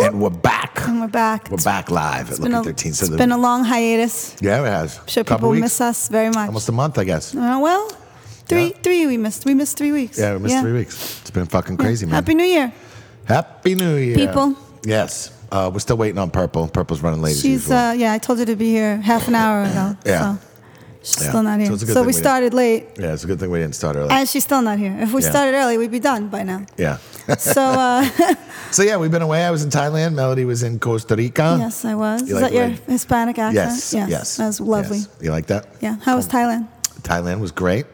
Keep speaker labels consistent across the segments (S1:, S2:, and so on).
S1: And we're back.
S2: And we're back.
S1: We're back live at
S2: It's been
S1: Lucky
S2: a,
S1: 13.
S2: it's been a long hiatus.
S1: yeah, it has.
S2: I'm sure
S1: Couple
S2: people
S1: weeks,
S2: miss us very much.
S1: Almost a month, I guess.
S2: Uh, well, three
S1: Yeah.
S2: three we missed. We missed three weeks.
S1: Yeah, we missed three weeks. It's been fucking crazy, man.
S2: Happy New Year.
S1: Happy New Year.
S2: People.
S1: Yes. Uh, we're still waiting on Purple. Purple's running late as
S2: She's
S1: usual.
S2: uh, yeah. I told her to be here half an hour ago.
S1: Yeah.
S2: So she's
S1: Yeah.
S2: still not
S1: So
S2: here.
S1: it's a good
S2: So
S1: thing
S2: we
S1: we didn't-
S2: started late,
S1: yeah, it's a good thing we didn't start early.
S2: and she's still not here. If we
S1: Yeah.
S2: started early, we'd be done by now.
S1: yeah.
S2: So uh,
S1: so, yeah, we've been away. I was in Thailand. Melody was in Costa Rica.
S2: yes, I was. Is
S1: You like
S2: that your
S1: red?
S2: Hispanic accent?
S1: Yes. Yes.
S2: That was lovely.
S1: yes. Um, You like that?
S2: Yeah. How was Thailand?
S1: Thailand was great.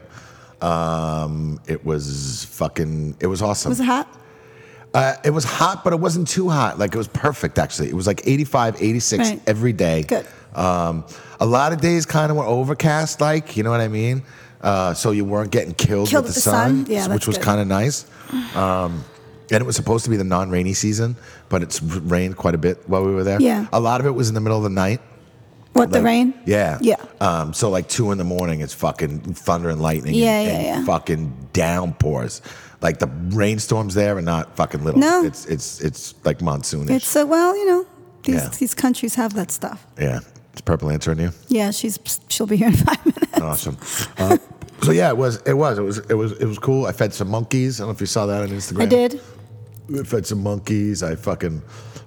S1: Um, it was fucking, it was awesome.
S2: Was it hot?
S1: Uh, it was hot, but it wasn't too hot. Like it was perfect, actually. It was like 85, 86
S2: Right.
S1: every day.
S2: Good.
S1: Um, a lot of days kind of were overcast, like you know what I mean. Uh, so you weren't getting killed,
S2: Killed
S1: with
S2: with
S1: the,
S2: the sun?
S1: sun,
S2: Yeah,
S1: which
S2: that's
S1: was
S2: good.
S1: kind of nice. Um, and it was supposed to be the non-rainy season, but it's rained quite a bit while we were there.
S2: Yeah.
S1: a lot of it was in the middle of the night.
S2: What the
S1: Like,
S2: rain?
S1: Yeah.
S2: Yeah.
S1: Um, so like two in the morning, it's fucking thunder and lightning.
S2: Yeah,
S1: and,
S2: yeah,
S1: and
S2: yeah.
S1: Fucking downpours. Like the rainstorms there are not fucking little.
S2: No.
S1: It's it's it's like monsoonish.
S2: It's uh, well, you know, these
S1: Yeah.
S2: these countries have that stuff.
S1: yeah. It's purple answer on you.
S2: Yeah, she's she'll be here in five minutes.
S1: Awesome. Uh, so yeah, it was it was it was it was it was cool. I fed some monkeys. I don't know if you saw that on Instagram.
S2: I did.
S1: I fed some monkeys. I fucking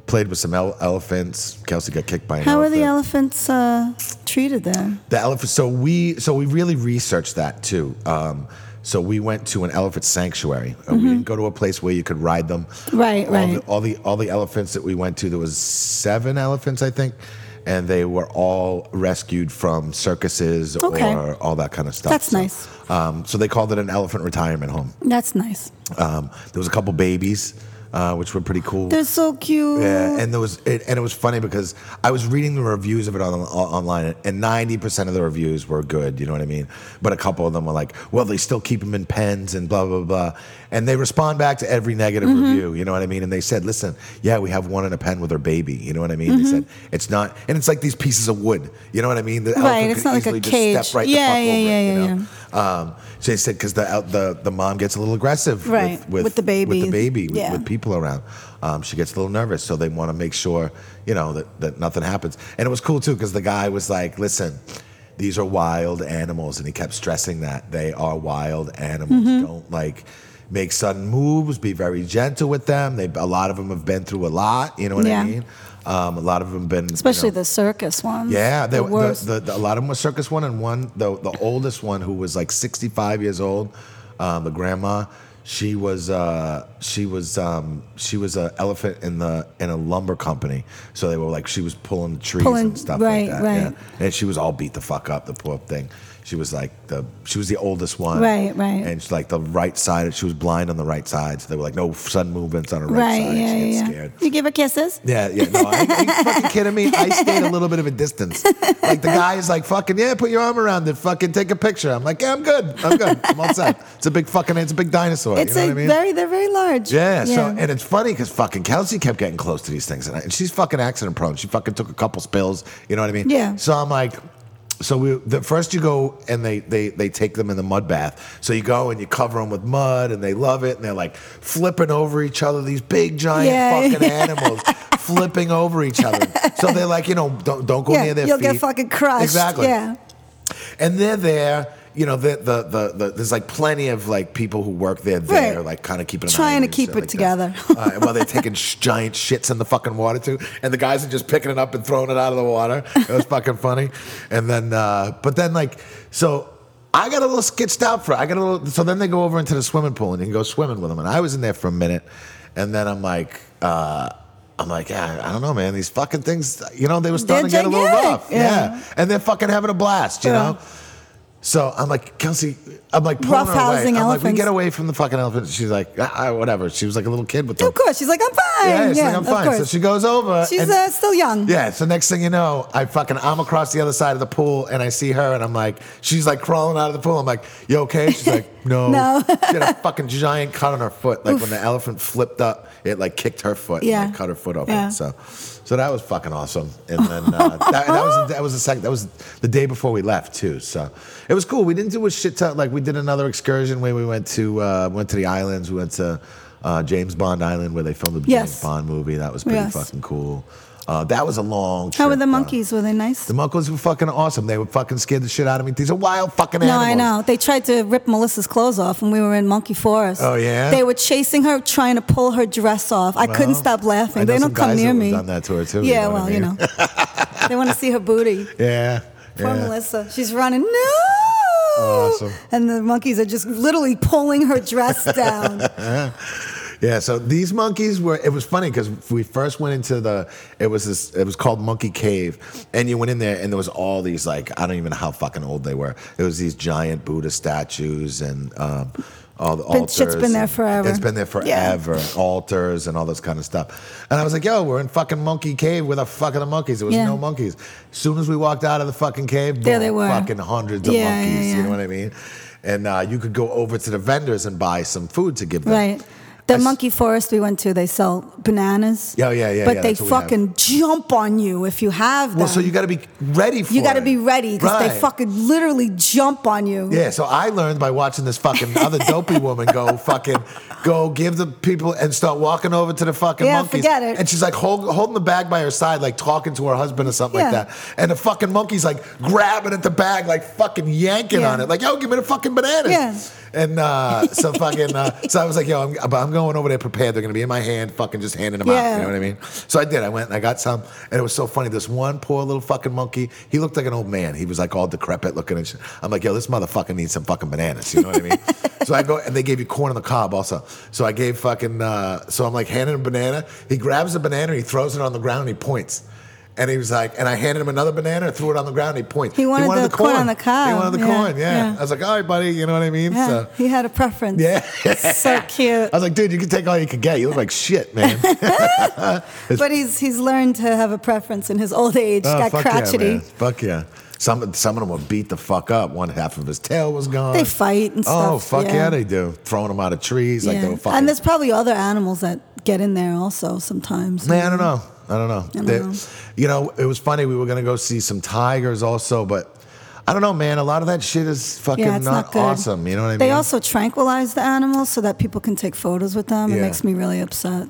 S1: played with some ele- elephants. Kelsey got kicked by an
S2: How were
S1: elephant.
S2: the elephants uh, treated there?
S1: The elephant. So we so we really researched that too. Um, so we went to an elephant sanctuary. Uh, We didn't go to a place where you could ride them.
S2: Mm-hmm. Right,
S1: All the, all the all the elephants that we went to, there was seven elephants, I think, and they were all rescued from circuses
S2: Okay.
S1: or all that kind of stuff.
S2: That's
S1: So,
S2: nice.
S1: Um, so they called it an elephant retirement home.
S2: That's nice.
S1: Um, there was a couple babies, uh, which were pretty cool.
S2: They're so cute.
S1: Yeah, and there was it, and it was funny because I was reading the reviews of it on, on- online, and ninety percent of the reviews were good. You know what I mean? But a couple of them were like, "Well, they still keep them in pens and blah blah blah," and they respond back to every negative
S2: Mm-hmm.
S1: review. You know what I mean? And they said, "Listen, yeah, we have one in a pen with her baby." You know what I mean? They said it's not, and it's like these pieces of wood. You know what I mean? The
S2: Mm-hmm. Right,
S1: elephant
S2: it's not like a
S1: could easily just
S2: cage.
S1: Step right
S2: Yeah,
S1: the fuck
S2: yeah,
S1: over
S2: yeah,
S1: it, you
S2: yeah,
S1: know? Um, so they said because the, out- the the mom gets a little aggressive
S2: Right, with the
S1: with
S2: baby.
S1: the baby, with-
S2: Yeah.
S1: with people around. Um, she gets a little nervous, so they want to make sure you know that that nothing happens. And it was cool too because the guy was like, "Listen." These are wild animals, and he kept stressing that they are wild animals.
S2: Mm-hmm.
S1: Don't like make sudden moves. Be very gentle with them. They a lot of them have been through a lot. You know what I
S2: Yeah.
S1: mean? Um, a lot of them have been you know,
S2: Especially the circus ones.
S1: yeah, they,
S2: the
S1: the
S2: worst.
S1: The, the- a lot of them were circus one, and one the the oldest one who was like sixty five years old, uh, the grandma. She was uh, she was um, she was an elephant in the in a lumber company. So they were like she was pulling trees
S2: Pulling-
S1: and stuff
S2: right,
S1: like that.
S2: right.
S1: Yeah. And she was all beat the fuck up, the poor thing. She was like the she was the oldest one.
S2: Right, right.
S1: And she's like the right side she was blind on the right side, so they were like no sudden movements on her right,
S2: right,
S1: side.
S2: yeah,
S1: she gets
S2: yeah.
S1: scared.
S2: You give her kisses?
S1: Yeah, yeah. No, are you, are you fucking kidding me? I stayed a little bit of a distance. Like the guy is like, fucking, yeah, put your arm around it, fucking take a picture. I'm like, yeah, I'm good. I'm good. I'm all set. It's a big fucking, it's a big dinosaur.
S2: It's
S1: you know
S2: a
S1: what I mean?
S2: very, they're very large.
S1: yeah, so and it's funny because fucking Kelsey kept getting close to these things, and, I, and she's fucking accident prone. She fucking took a couple spills, you know what I mean?
S2: Yeah.
S1: So I'm like, so we the first you go and they they they take them in the mud bath. So you go and you cover them with mud, and they love it, and they're like flipping over each other, these big giant
S2: Yeah.
S1: fucking animals flipping over each other. So they're like, you know, don't don't go
S2: yeah,
S1: near their
S2: you'll
S1: feet.
S2: get fucking crushed.
S1: Exactly
S2: Yeah.
S1: and they're there. You know, the, the the the there's like plenty of like people who work there. There,
S2: Right.
S1: like kind of keeping an eye
S2: Trying
S1: on
S2: to
S1: you,
S2: keep
S1: shit
S2: it
S1: like
S2: together.
S1: that. All right, while they're taking sh- giant shits in the fucking water too, and the guys are just picking it up and throwing it out of the water. It was fucking funny. And then, uh, but then like so. I got a little sketched out for. I got a little. So then they go over into the swimming pool and you can go swimming with them. And I was in there for a minute, and then I'm like, uh, I'm like, yeah, I don't know, man. These fucking things. You know, they were starting to
S2: They're
S1: get a little
S2: gigantic,
S1: rough.
S2: yeah.
S1: yeah, and they're fucking having a blast. You
S2: Yeah.
S1: know, so I'm like, Kelsey, I'm like pulling her away. I'm
S2: Roughhousing
S1: like, we
S2: elephants.
S1: get away from the fucking elephant. She's like, ah, ah, whatever. She was like a little kid with them.
S2: Of course. She's like, I'm fine.
S1: Yeah, she's like, I'm
S2: of
S1: fine.
S2: course.
S1: So she goes over.
S2: she's
S1: and-
S2: uh, still young.
S1: yeah, so next thing you know, I fucking I'm across the other side of the pool and I see her and I'm like, she's like crawling out of the pool. I'm like, you okay? She's like, no.
S2: No.
S1: she had a fucking giant cut on her foot. Like when the elephant flipped up, it like kicked her foot.
S2: Yeah.
S1: And like, cut her foot open.
S2: Yeah.
S1: So, so that was fucking awesome. And then uh, that, that was that was the second that was the day before we left too. So it was cool. We didn't do a shit ton. Like we did another excursion where we went to uh, went to the islands. We went to. uh, James Bond Island where they filmed the
S2: Yes.
S1: James Bond movie. That was pretty
S2: Yes.
S1: fucking cool. Uh, that was a long.
S2: How
S1: trip,
S2: were the
S1: though.
S2: monkeys? Were they nice?
S1: The monkeys were fucking awesome. They were fucking scared the shit out of me. These are wild fucking
S2: No,
S1: animals.
S2: I know. They tried to rip Melissa's clothes off when we were in Monkey Forest.
S1: Oh, yeah?
S2: They were chasing her, trying to pull her dress off. I couldn't
S1: Well,
S2: stop laughing.
S1: I know
S2: they
S1: some
S2: don't come
S1: guys
S2: near
S1: that
S2: me.
S1: have done that to her, too, you
S2: Yeah,
S1: know what I
S2: well, you
S1: mean?
S2: know, they want to see her booty.
S1: Yeah.
S2: Poor
S1: yeah.
S2: Melissa. She's running. No.
S1: Awesome.
S2: And the monkeys are just literally pulling her dress down.
S1: Yeah, so these monkeys were. It was funny because we first went into the. It was this. It was called Monkey Cave, and you went in there, and there was all these like I don't even know how fucking old they were. It was these giant Buddha statues and um, all the
S2: Been-
S1: altars.
S2: shit's been there
S1: and-
S2: forever.
S1: It's been there
S2: Yeah.
S1: forever. and Altars and all this kind of stuff. And I was like, yo, we're in fucking Monkey Cave with a fucking the monkeys. There was
S2: Yeah.
S1: no monkeys. As soon as we walked out of the fucking cave,
S2: There
S1: boom,
S2: they were.
S1: Fucking hundreds of
S2: Yeah, yeah,
S1: monkeys. You
S2: yeah.
S1: know what I mean? And uh, you could go over to the vendors and buy some food to give them.
S2: Right. The
S1: I s- Oh,
S2: monkey forest we went to, they sell bananas.
S1: Yeah, yeah, yeah,
S2: But
S1: yeah,
S2: they
S1: that's what we have.
S2: fucking jump on you if you have them.
S1: Well, so you got to be ready for
S2: you got to
S1: it.
S2: be ready because they
S1: Right.
S2: fucking literally jump on you.
S1: Yeah, so I learned by watching this fucking other dopey woman go fucking go give the people and start walking over to the fucking
S2: Yeah,
S1: monkeys.
S2: forget it.
S1: And she's like hold, holding the bag by her side, like talking to her husband or something
S2: Yeah.
S1: like that. And the fucking monkey's like grabbing at the bag, like fucking yanking
S2: Yeah.
S1: on it, like yo, give me the fucking bananas.
S2: Yeah.
S1: And uh, so fucking uh, so I was like, yo, I'm, I'm going over there prepared. They're gonna be in my hand, fucking just handing them out.
S2: Yeah.
S1: You know what I mean? So I did. I went and I got some, and it was so funny. This one poor little fucking monkey, he looked like an old man. He was like all decrepit looking and shit. I'm like, yo, this motherfucker needs some fucking bananas. You know what I mean? so I go, and they gave you corn on the cob also. So I gave fucking, uh, so I'm like handing him a banana. He grabs the banana, he throws it on the ground, and he points. And he was like, and I handed him another banana, threw it on the ground, and he points.
S2: He wanted the corn on the
S1: He
S2: cob.
S1: wanted the
S2: Yeah,
S1: corn, yeah.
S2: yeah.
S1: I was like, all right, buddy, you know what I mean?
S2: Yeah,
S1: So,
S2: he had a preference.
S1: yeah.
S2: so cute.
S1: I was like, dude, you can take all you can get. You look like shit, man.
S2: But he's he's learned to have a preference in his old age.
S1: Oh,
S2: got crotchety.
S1: Yeah, man. Fuck yeah. Some, some of them were beat the fuck up. One half of his tail was gone.
S2: They fight and
S1: Oh,
S2: stuff,
S1: fuck yeah.
S2: yeah.
S1: they do. Throwing them out of trees like
S2: Yeah.
S1: they were fucking.
S2: and there's probably other animals that get in there also sometimes.
S1: Man, I don't know. I don't know.
S2: don't
S1: They-
S2: know.
S1: You know, it was funny. We were going to go see some tigers also, but I don't know, man. A lot of that shit is fucking
S2: Yeah, it's not, good.
S1: awesome. You know what I
S2: They
S1: mean?
S2: also tranquilize the animals so that people can take photos with them. It
S1: Yeah.
S2: makes me really upset.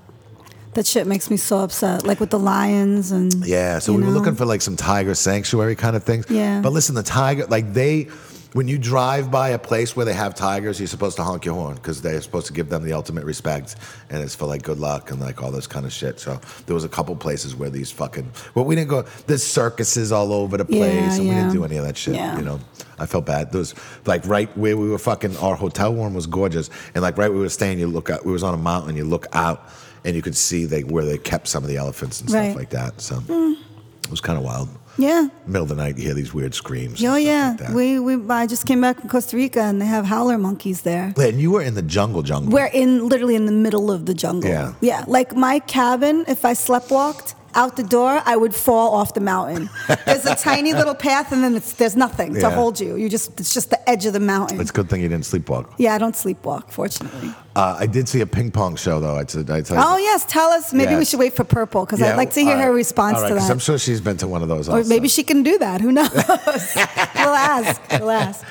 S2: That shit makes me so upset. Like with the lions and
S1: Yeah, so
S2: you
S1: we were
S2: know?
S1: looking for like some tiger sanctuary kind of things.
S2: Yeah.
S1: But listen, the tiger, like they, when you drive by a place where they have tigers, you're supposed to honk your horn because they're supposed to give them the ultimate respect, and it's for like good luck and like all this kind of shit. So there was a couple places where these fucking, well, we didn't go. There's circuses all over the place,
S2: Yeah,
S1: and we didn't
S2: yeah.
S1: do any of that shit.
S2: Yeah.
S1: You know, I felt bad. There was like right where we were fucking. Our hotel room was gorgeous, and like right where we were staying, you look out. We was on a mountain. You look out. And you could see they, where they kept some of the elephants and stuff
S2: Right. Hmm.
S1: like that. So it was kind of wild.
S2: yeah.
S1: Middle of the night, you hear these weird screams. and
S2: Oh
S1: stuff
S2: yeah,
S1: like that.
S2: we we I just came back from Costa Rica and they have howler monkeys there.
S1: and you were in the jungle, jungle.
S2: We're in literally in the middle of the jungle.
S1: Yeah.
S2: Like my cabin, if I sleptwalked out the door, I would fall off the mountain. there's a tiny little path and then it's there's nothing to
S1: Yeah.
S2: hold you. You just it's just the edge of the mountain.
S1: It's a good thing you didn't sleepwalk.
S2: yeah, I don't sleepwalk, fortunately.
S1: Uh, I did see a ping pong show though. I said, I tell you.
S2: Oh yes, tell us. Maybe we
S1: Yes.
S2: should wait for Purple because
S1: Yeah,
S2: I'd like to hear
S1: all
S2: her
S1: right.
S2: response
S1: All right,
S2: to
S1: 'cause
S2: that.
S1: I'm sure she's been to one of those.
S2: or
S1: also.
S2: maybe she can do that. Who knows? we'll ask. We'll ask.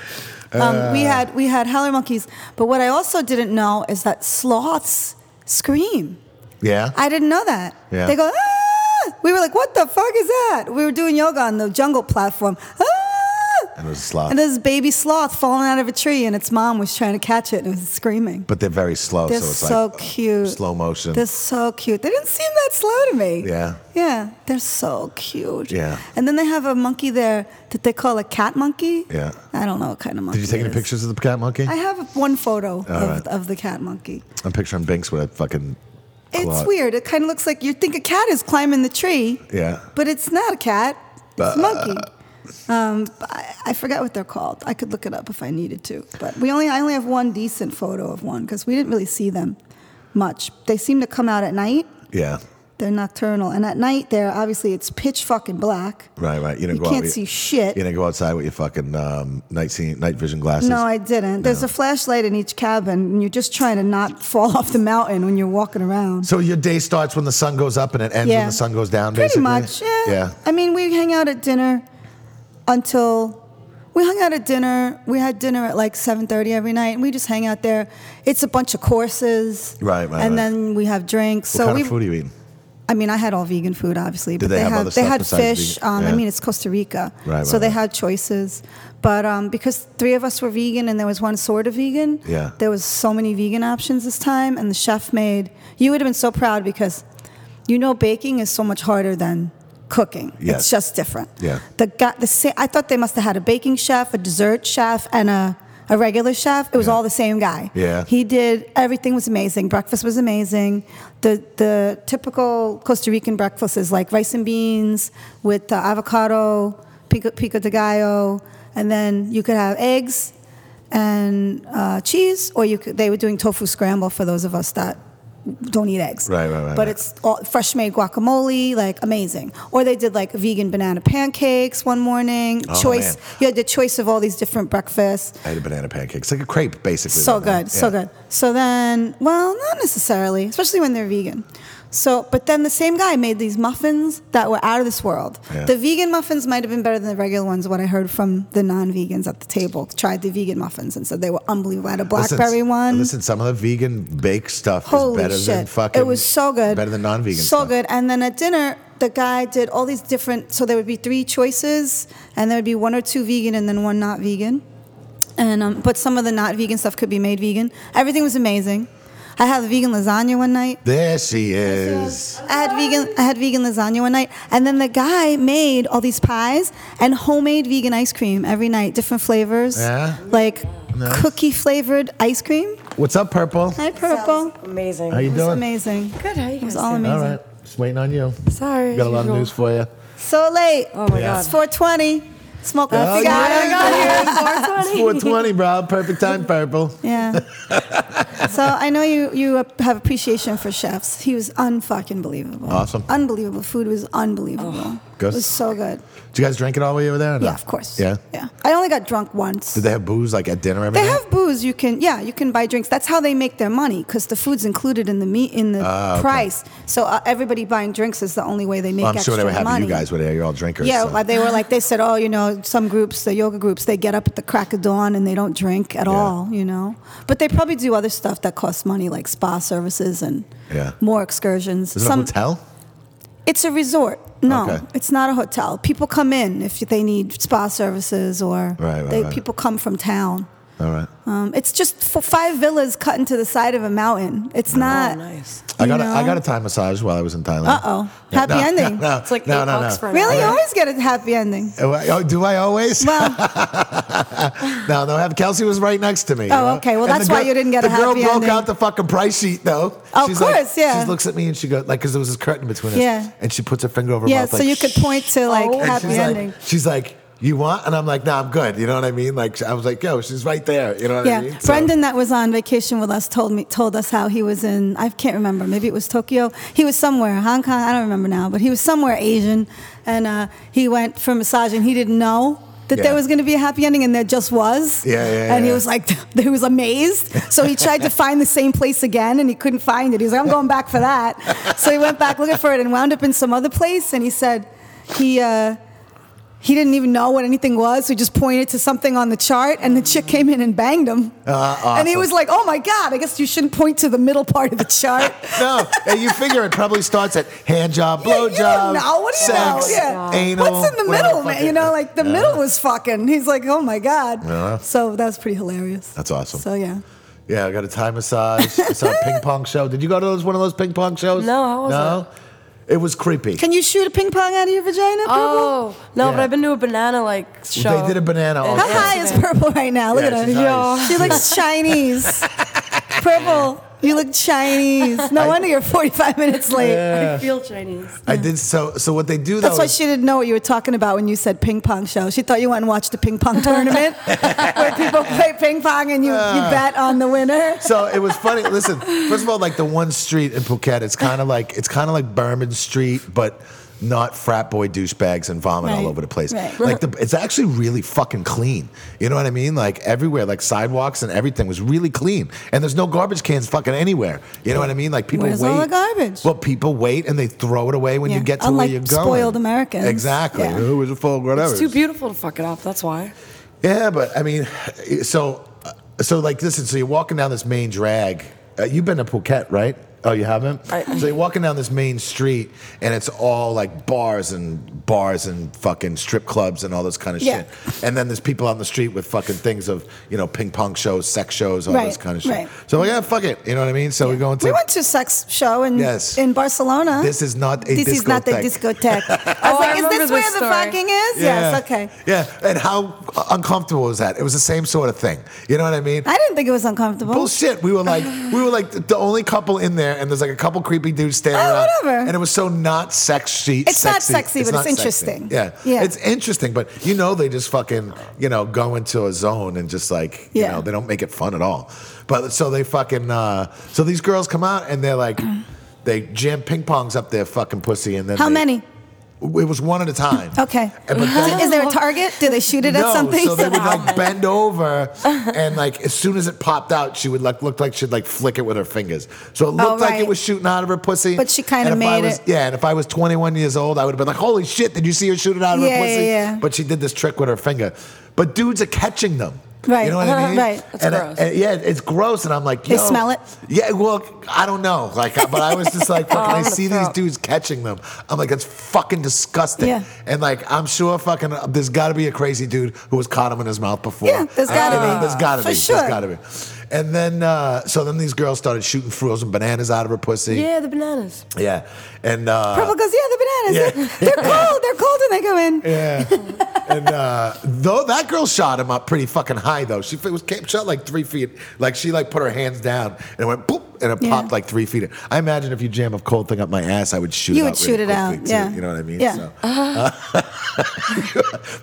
S2: Um, we had we had howler monkeys, but what I also didn't know is that sloths scream.
S1: Yeah.
S2: I didn't know that.
S1: Yeah.
S2: They go. Ah! We were like, "What the fuck is that?" We were doing yoga on the jungle platform. Ah!
S1: and it was a sloth.
S2: And there's a baby sloth falling out of a tree, and its mom was trying to catch it, and it was screaming.
S1: but they're very slow,
S2: They're
S1: so it's
S2: so
S1: like uh,
S2: cute.
S1: slow motion.
S2: They're so cute. They didn't seem that slow to me.
S1: Yeah.
S2: Yeah. They're so cute.
S1: Yeah.
S2: And then they have a monkey there that they call a cat monkey.
S1: Yeah.
S2: I don't know what kind of monkey.
S1: Did you take
S2: it
S1: any
S2: is.
S1: pictures of the cat monkey?
S2: I have one photo of,
S1: right.
S2: of the cat monkey.
S1: I'm picturing Binks with a fucking.
S2: It's
S1: claw.
S2: weird. It kind of looks like you'd think a cat is climbing the tree,
S1: Yeah.
S2: but it's not a cat. It's
S1: Bah.
S2: a monkey. Um, but I, I forgot what they're called. I could look it up if I needed to. But we only I only have one decent photo of one because we didn't really see them much. They seem to come out at night.
S1: Yeah.
S2: They're nocturnal, and at night there obviously it's pitch fucking black.
S1: Right. Right. You didn't
S2: You
S1: go out
S2: can't
S1: with-
S2: see shit.
S1: You didn't go outside with your fucking um, night seeing, night vision glasses.
S2: No, I didn't. There's a flashlight in each cabin, and you're just trying to not fall off the mountain when you're walking around.
S1: so your day starts when the sun goes up and it ends when
S2: Yeah.
S1: the sun goes down.
S2: Pretty
S1: basically?
S2: much, yeah.
S1: Yeah.
S2: I mean, we hang out at dinner until We hung out at dinner. We had dinner at like 7:30 every night, and we just hang out there. It's a bunch of courses,
S1: Right, right,
S2: And
S1: right.
S2: then we have drinks.
S1: what
S2: so
S1: kind
S2: we,
S1: of food are you eating?
S2: I mean, I had all vegan food, obviously, but
S1: they have other
S2: they
S1: stuff
S2: had
S1: besides
S2: fish.
S1: vegan?
S2: Um, I
S1: Yeah.
S2: mean, it's Costa Rica,
S1: Right,
S2: so
S1: right,
S2: they
S1: right.
S2: had choices. But um, because three of us were vegan and there was one sort of vegan,
S1: Yeah.
S2: there was so many vegan options this time, and the chef made. You would have been so proud because, you know, baking is so much harder than cooking.
S1: Yes.
S2: It's just different.
S1: Yeah.
S2: The guy, the sa- I thought they must have had a baking chef, a dessert chef, and a. A regular chef, it was
S1: Yeah.
S2: all the same guy.
S1: Yeah.
S2: He did everything was amazing. Breakfast was amazing. The the typical Costa Rican breakfast is like rice and beans with uh, avocado, pico, pico de gallo, and then you could have eggs and uh, cheese, or you could, they were doing tofu scramble for those of us that don't eat eggs.
S1: Right, right, right,
S2: But
S1: right.
S2: it's all fresh made guacamole, like amazing. Or they did like vegan banana pancakes one morning.
S1: Oh,
S2: choice,
S1: man.
S2: you had the choice of all these different breakfasts.
S1: I had a banana pancake. It's like a crepe, basically.
S2: So
S1: right now.
S2: good, so
S1: Yeah.
S2: good. So then, well, not necessarily, especially when they're vegan. So, but then the same guy made these muffins that were out of this world.
S1: Yeah.
S2: The vegan muffins might have been better than the regular ones. What I heard from the non-vegans at the table tried the vegan muffins and said they were unbelievable. I had a
S1: Listen,
S2: blackberry one.
S1: Listen, some of the vegan bake stuff
S2: Holy
S1: is better
S2: shit!
S1: than fucking.
S2: it was so good.
S1: Better than non-vegan.
S2: So
S1: stuff.
S2: good. And then at dinner, the guy did all these different. So there would be three choices, and there would be one or two vegan, and then one not vegan. And um, but some of the not vegan stuff could be made vegan. Everything was amazing. I had vegan lasagna one night.
S1: There she is.
S2: I had vegan. I had vegan lasagna one night, and then the guy made all these pies and homemade vegan ice cream every night, different flavors,
S1: Yeah?
S2: like
S1: Nice.
S2: cookie flavored ice cream.
S1: What's up, Purple?
S2: Hi, purple.
S3: Sounds amazing.
S1: How you
S2: It was
S1: doing?
S2: amazing.
S3: Good. How you guys?
S2: was all
S3: doing?
S1: All
S2: amazing.
S1: right, just waiting on you.
S3: Sorry.
S1: Got a lot of
S3: usual.
S1: news for you.
S2: So late.
S3: Oh my
S1: Yeah.
S3: god.
S2: It's 420. Smoke
S1: Oh,
S2: a
S1: yeah.
S2: cigar.
S1: It's 420, bro. Perfect time, Purple.
S2: Yeah. so I know you you have appreciation for chefs. He was unfucking believable.
S1: Awesome. Oh.
S2: Unbelievable. Food was unbelievable.
S1: Good.
S2: It was so good.
S1: Did you guys drink it all while you were there? or no?
S2: Yeah, of course.
S1: Yeah.
S2: Yeah. I only got drunk once.
S1: Did they have booze like at dinner every
S2: They
S1: night?
S2: have booze. You can yeah, you can buy drinks. That's how they make their money because the food's included in the meat in the
S1: Ah, okay.
S2: price. So uh, everybody buying drinks is the only way they make
S1: Well, I'm
S2: extra
S1: sure they were happy
S2: money.
S1: you guys were there. You're all drinkers.
S2: Yeah,
S1: so.
S2: like they were like they said, oh, you know, some groups, the yoga groups, they get up at the crack of dawn and they don't drink at
S1: Yeah.
S2: all, you know. But they probably do other stuff that costs money, like spa services and
S1: Yeah.
S2: more excursions.
S1: Is it a hotel?
S2: It's a resort. No,
S1: Okay.
S2: it's not a hotel. People come in if they need spa services or
S1: Right, right,
S2: they,
S1: right.
S2: people come from town.
S1: All right.
S2: Um, it's just f five villas cut into the side of a mountain. It's not.
S3: nice.
S1: I got a,
S2: know?
S1: I got a Thai massage while I was in Thailand.
S2: Uh-oh. Happy ending.
S1: No,
S3: It's like
S1: no,
S3: eight
S1: no, no.
S3: bucks for an
S2: Really? You
S3: hour.
S2: always get a happy ending.
S1: Oh, I- oh, do I always?
S2: Well,
S1: No, no. Have Kelsey was right next to me. you
S2: Oh,
S1: know?
S2: okay. Well,
S1: And
S2: that's
S1: the
S2: why you didn't get
S1: the
S2: a
S1: girl
S2: happy
S1: broke
S2: ending.
S1: out the fucking price sheet though.
S2: Of
S1: She's like-
S2: course, yeah.
S1: She looks at me and she goes like, because there was this curtain between us.
S2: Yeah.
S1: And she puts her finger over. her
S2: yeah.
S1: mouth,
S2: So
S1: like,
S2: you could point to like
S3: Oh.
S1: And
S2: happy
S1: she's
S2: ending.
S1: Like, she's like, you want? And I'm like, no, nah, I'm good. You know what I mean? Like, I was like, yo, she's right there. You know what
S2: Yeah,
S1: I mean? So-
S2: Brendan, that was on vacation with us, told me told us how he was in. I can't remember. Maybe it was Tokyo. He was somewhere, Hong Kong. I don't remember now, but he was somewhere Asian, and uh, he went for massage, and he didn't know that
S1: Yeah.
S2: there was going to be a happy ending, and there just was.
S1: Yeah, yeah,
S2: And he
S1: yeah.
S2: was like, he was amazed. So he tried to find the same place again, and he couldn't find it. He was like, I'm going back for that. So he went back looking for it, and wound up in some other place, and he said, he. Uh, he didn't even know what anything was. So he just pointed to something on the chart, and the chick came in and banged him.
S1: Ah,
S2: And he
S1: awesome.
S2: was like, "Oh my god! I guess you shouldn't point to the middle part of the chart."
S1: no, and you figure it probably starts at hand job, blow
S2: you
S1: job,
S2: don't know. What do you
S1: sex,
S2: know? Yeah.
S1: anal.
S2: What's in the
S1: whatever
S2: middle, man?
S1: fucking-
S2: You know, like the middle was fucking. He's like, "Oh my god!"
S1: Yeah.
S2: So that's pretty hilarious.
S1: That's awesome.
S2: So yeah,
S1: Yeah, I got a Thai massage. I saw a ping pong show. Did you go to those one of those ping pong shows?
S3: No, I wasn't.
S1: No, it was creepy.
S2: can you shoot a ping pong out of your vagina? Purple?
S3: Oh no, but
S1: Yeah.
S3: I've been to a banana like show.
S1: did a banana
S3: And-
S2: How
S1: also.
S2: high is purple right now? Look
S1: Yeah,
S2: at her.
S1: she's high.
S2: She looks Chinese. purple, you look Chinese. No wonder you're 45 minutes late.
S3: I feel Chinese.
S1: I did so. So what they do though?
S2: That's why
S1: is-
S2: she didn't know what you were talking about when you said ping pong show. She thought you went and watched a ping pong tournament where people play ping pong and you, you
S1: Ah.
S2: bet on the winner.
S1: so it was funny. Listen, first of all, like the one street in Phuket, it's kind of like it's kind of like Berman Street, but not frat boy douchebags and vomit all
S2: Right,
S1: over the place.
S2: right.
S1: Like the, it's actually really fucking clean. You know what I mean? Like everywhere, like sidewalks and everything was really clean, and there's no garbage cans fucking anywhere. You know what I mean? Like people
S2: Where's
S1: wait.
S2: all the garbage?
S1: Well, people wait and they throw it away when
S2: Yeah,
S1: you get to
S2: unlike
S1: where you're going.
S2: spoiled Americans.
S1: Exactly.
S2: Yeah.
S1: Who was a full whatever?
S3: It's too beautiful to fuck it up. That's why.
S1: Yeah, but I mean, so uh, so like listen. So you're walking down this main drag. Uh, you've been to Phuket, right? Oh, you haven't.
S3: I-
S1: so you're walking down this main street, and it's all like bars and bars and fucking strip clubs and all this kind of
S2: Yeah.
S1: shit. And then there's people on the street with fucking things of you know ping pong shows, sex shows, all this
S2: Right,
S1: kind of shit.
S2: right.
S1: So we're like, yeah, fuck it. You know what I mean? So we're going to.
S2: We went to a sex show in
S1: Yes.
S2: in Barcelona.
S1: This is not a
S2: this is not the
S1: discotheque.
S2: discotheque. I was
S3: Oh, I
S2: like, is
S3: remember
S2: this where
S3: this
S2: the
S3: story.
S2: fucking is? Yes. Okay.
S1: Yeah, and how uncomfortable was that? It was the same sort of thing. You know what I mean?
S2: I didn't think it was uncomfortable.
S1: Bullshit. We were like, we were like the only couple in there, and there's like a couple creepy dudes standing
S2: Oh,
S1: around,
S2: whatever.
S1: and it was so not sexy.
S2: It's not sexy, but it's
S1: sexy.
S2: interesting.
S1: Yeah,
S2: Yeah.
S1: it's interesting, but you know they just fucking you know go into a zone and just like you
S2: Yeah.
S1: know they don't make it fun at all. But so they fucking uh, so these girls come out and they're like. They jam ping pongs up their fucking pussy, and then
S2: How
S1: they-
S2: many?
S1: It was one at a time.
S2: Okay.
S1: And- but then-
S2: is there a target? Do they shoot it at something?
S1: so they would like bend over, and like as soon as it popped out, she would like look like she'd like flick it with her fingers. So it looked like it
S2: Oh, right.
S1: was shooting out of her pussy.
S2: But she kinda
S1: And if I
S2: made
S1: was-
S2: it.
S1: Yeah, and if I was 21 years old, I would have been like, "Holy shit! Did you see her shoot it out of
S2: Yeah,
S1: her
S2: yeah,
S1: pussy?"
S2: yeah.
S1: But she did this trick with her finger. But dudes are catching them.
S2: Right.
S1: You know what I mean?
S2: Right.
S3: That's
S1: And I-
S3: gross.
S1: and yeah, it's gross, and I'm like,
S2: They
S1: yo-
S2: smell it?
S1: Yeah. Well, I don't know. Like, but I was just like, fucking, I
S3: I'm gonna
S1: see
S3: throw
S1: these
S3: up.
S1: dudes catching them. I'm like, it's fucking disgusting.
S2: Yeah.
S1: And like, I'm sure fucking there's got to be a crazy dude who has caught him in his mouth before.
S2: Yeah, there's
S1: I- I
S2: gotta
S1: mean,
S2: be.
S1: There's got to
S2: For
S1: be.
S2: sure.
S1: There's got to be. And then, uh, so then these girls started shooting frozen bananas out of her pussy.
S3: Yeah, the bananas.
S1: Yeah. And uh,
S2: Purple goes, yeah, the bananas.
S1: Yeah.
S2: They're cold. They're cold when they go in.
S1: Yeah. and uh, though that girl shot him up pretty fucking high though. She was came, shot like three feet. Like she like put her hands down and it went boop and it
S2: Yeah.
S1: popped like three feet. I imagine if you jam a cold thing up my ass, I would shoot.
S2: You
S1: it
S2: would
S1: out
S2: shoot
S1: really
S2: it out,
S1: quickly,
S2: yeah.
S1: Too, you know what I mean?
S2: Yeah.
S1: So, uh,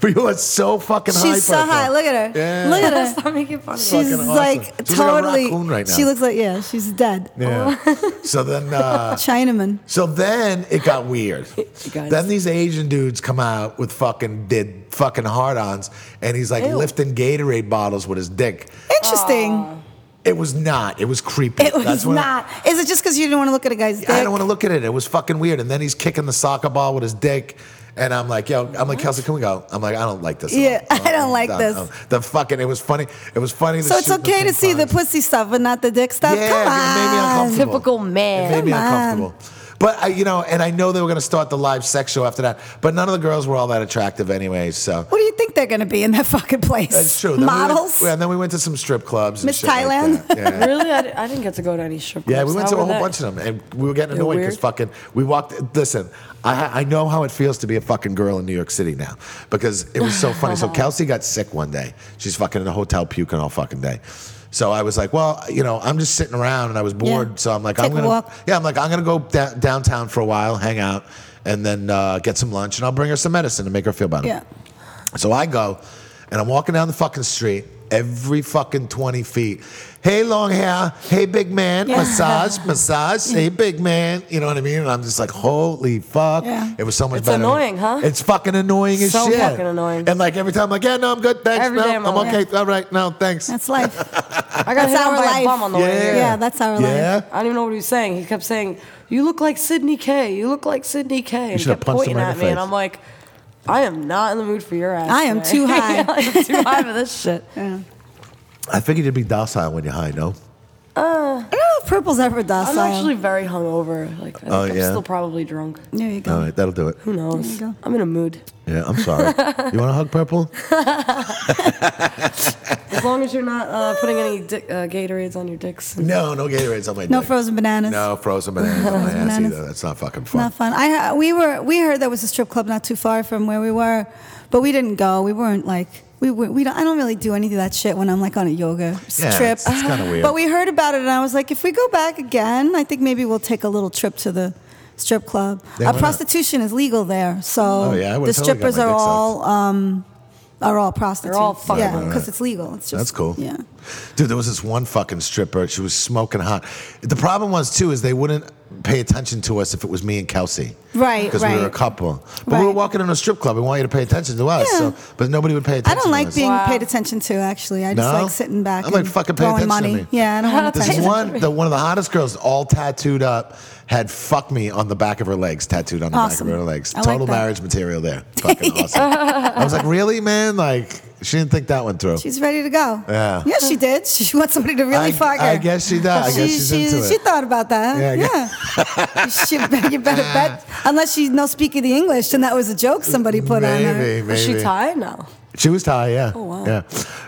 S1: but you are so fucking high.
S2: She's so
S1: Purple.
S2: high. Look at her.
S1: Yeah.
S2: Look at her.
S3: Stop making fun of me.
S2: She's
S1: Fucking awesome.
S2: like
S1: She looks like a
S2: totally.
S1: raccoon right now.
S2: She looks like yeah, she's dead.
S1: Yeah.
S2: Oh.
S1: so then. Uh,
S2: Chinaman.
S1: So then it got weird.
S3: You guys.
S1: then these Asian dudes come out with fucking did fucking hard-ons, and he's like lifting Gatorade bottles with his dick.
S2: Interesting.
S1: It was not. It was creepy.
S2: It was
S1: when-
S2: not. Is it just because you didn't want to look at a guy's dick?
S1: I don't want to look at it. It was fucking weird. And then he's kicking the soccer ball with his dick. And I'm like, yo, I'm like, Kelsey, can we go? I'm like, I don't like this. at
S2: Yeah,
S1: all.
S2: I don't like
S1: No,
S2: this.
S1: no. The fucking, it was funny. It was funny.
S2: so it's okay to see the
S1: pussy.
S2: pussy stuff, but not the dick stuff.
S1: Yeah,
S2: Come
S1: it made me
S2: on.
S1: uncomfortable.
S3: Typical
S1: It
S3: man.
S1: made me
S2: Come on.
S1: uncomfortable. But I, you know, and I know they were going to start the live sex show after that. But none of the girls were all that attractive, anyway. So
S2: What do you think they're going to be in that fucking place?
S1: that's true. Then we went-
S2: Models.
S1: yeah, and then we went to some strip clubs. and
S2: Miss
S1: shit like
S2: Thailand?
S1: that. yeah.
S3: Really? I, di- I didn't get to go to any strip clubs.
S1: Yeah, we went to
S3: How
S1: a
S3: were
S1: whole
S3: they?
S1: bunch of them, and we were getting
S3: They're
S1: annoyed because
S3: weird.
S1: fucking we walked. Listen, I I know how it feels to be a fucking girl in New York City now because it was so funny. so
S2: Uh-huh.
S1: Kelsey got sick one day. She's fucking in a hotel puking all fucking day. So I was like, well, you know, I'm just sitting around and I was bored.
S2: Yeah.
S1: So I'm like,
S2: Take
S1: I'm
S2: a
S1: gonna
S2: walk.
S1: yeah, I'm like, I'm gonna go da- downtown for a while, hang out, and then uh, get some lunch, and I'll bring her some medicine to make her feel better.
S2: Yeah.
S1: So I go, and I'm walking down the fucking street. Every fucking 20 feet. Hey, long hair. Hey, big man. Massage, massage. Hey, big man. You know what I mean? And I'm just like, holy fuck.
S2: Yeah.
S1: It was so much
S3: It's
S1: better.
S3: annoying, huh?
S1: It's fucking annoying as
S3: So
S1: shit.
S3: fucking annoying.
S1: And like every time, I'm like, yeah, no, I'm good. Thanks.
S3: Every
S1: no,
S3: day
S1: I'm
S3: I'm all,
S1: okay. All right. No, thanks.
S2: That's life.
S3: I got
S2: That's
S3: hit
S2: our
S3: over by
S2: life.
S3: a bum on the
S1: yeah.
S3: way here.
S2: Yeah, that's our life.
S1: Yeah.
S3: I don't even know what he was saying. He kept saying, "You look like Sydney K. You look like Sydney K." And
S1: should have
S3: kept
S1: punched him
S3: pointing
S1: right in
S3: at
S1: the
S3: me, and
S1: face.
S3: I'm like, "I am not in the mood for your ass."
S2: I am
S3: today."
S2: too high.
S3: Yeah, I am too high for this shit.
S2: Yeah.
S1: I figured you'd be docile when you're high, no?
S2: I don't know if purple's ever docile.
S3: I'm actually very hungover. Like I think
S1: Oh,
S3: I'm
S1: yeah?
S3: still probably drunk.
S2: There you go.
S1: All right, that'll do it.
S3: Who knows?
S2: There you go.
S3: I'm in a mood.
S1: Yeah, I'm sorry. you want to hug purple?
S3: As long as you're not uh, putting any dick, uh, Gatorades on your dicks.
S1: No, no Gatorades on my
S2: No
S1: dick.
S2: frozen bananas.
S1: No frozen bananas on my ass
S2: bananas.
S1: either. That's not fucking fun.
S2: Not fun. I we were we heard there was a strip club not too far from where we were, but we didn't go. We weren't like we were, we don't, I don't really do any of that shit when I'm like on a yoga s-
S1: Yeah,
S2: trip.
S1: it's- it's kinda weird.
S2: But we heard about it, and I was like, if we go back again, I think maybe we'll take a little trip to the strip club.
S1: Yeah,
S2: Uh,
S1: why not?
S2: prostitution is legal there, so
S1: Oh, yeah, I
S2: the
S1: would've totally got
S2: strippers
S1: my
S2: are
S1: dick sucked.
S2: all um, are all prostitutes.
S3: all fucking
S2: yeah,
S1: women.
S2: because it's legal. It's just
S1: That's cool.
S2: Yeah.
S1: Dude, there was this one fucking stripper. She was smoking hot. The problem was, too, is they wouldn't pay attention to us if it was me and Kelsey.
S2: Right,
S1: Because we were a
S2: right.
S1: couple. But we were
S2: Right.
S1: walking in a strip club. We want you to pay attention to us.
S2: Yeah.
S1: So, but nobody would pay attention
S2: I don't
S1: to
S2: like
S1: us.
S2: being
S3: Wow.
S2: paid attention to. Actually, I just
S1: No?
S2: like sitting back.
S1: I'm like,
S2: and
S1: fucking pay
S2: throwing
S1: attention to
S2: money.
S1: me.
S2: Yeah, I don't want to
S3: This
S2: pay
S1: This
S3: Hey,
S1: is
S2: attention.
S1: one, the, one of the hottest girls, all tattooed up, had "fuck me" on the back of her legs, tattooed on the back
S2: Awesome.
S1: of her legs.
S2: I like
S1: Total
S2: that.
S1: marriage material there. Fucking awesome. I was like, really, man? Like, She didn't think that one through.
S2: She's ready to go.
S1: Yeah.
S2: Yeah, she did. She, she wants somebody to really
S1: I-
S2: fuck her.
S1: I guess she does. I
S2: she,
S1: guess she's
S2: she,
S1: into
S2: she
S1: it.
S2: thought about
S1: Yeah, I
S2: that. Yeah. she, you better bet. Unless she no speaking the English, then that was a joke somebody put on her.
S1: maybe, maybe.
S3: Is she tied now?
S1: She was Thai, yeah. Oh
S3: wow.
S1: Yeah,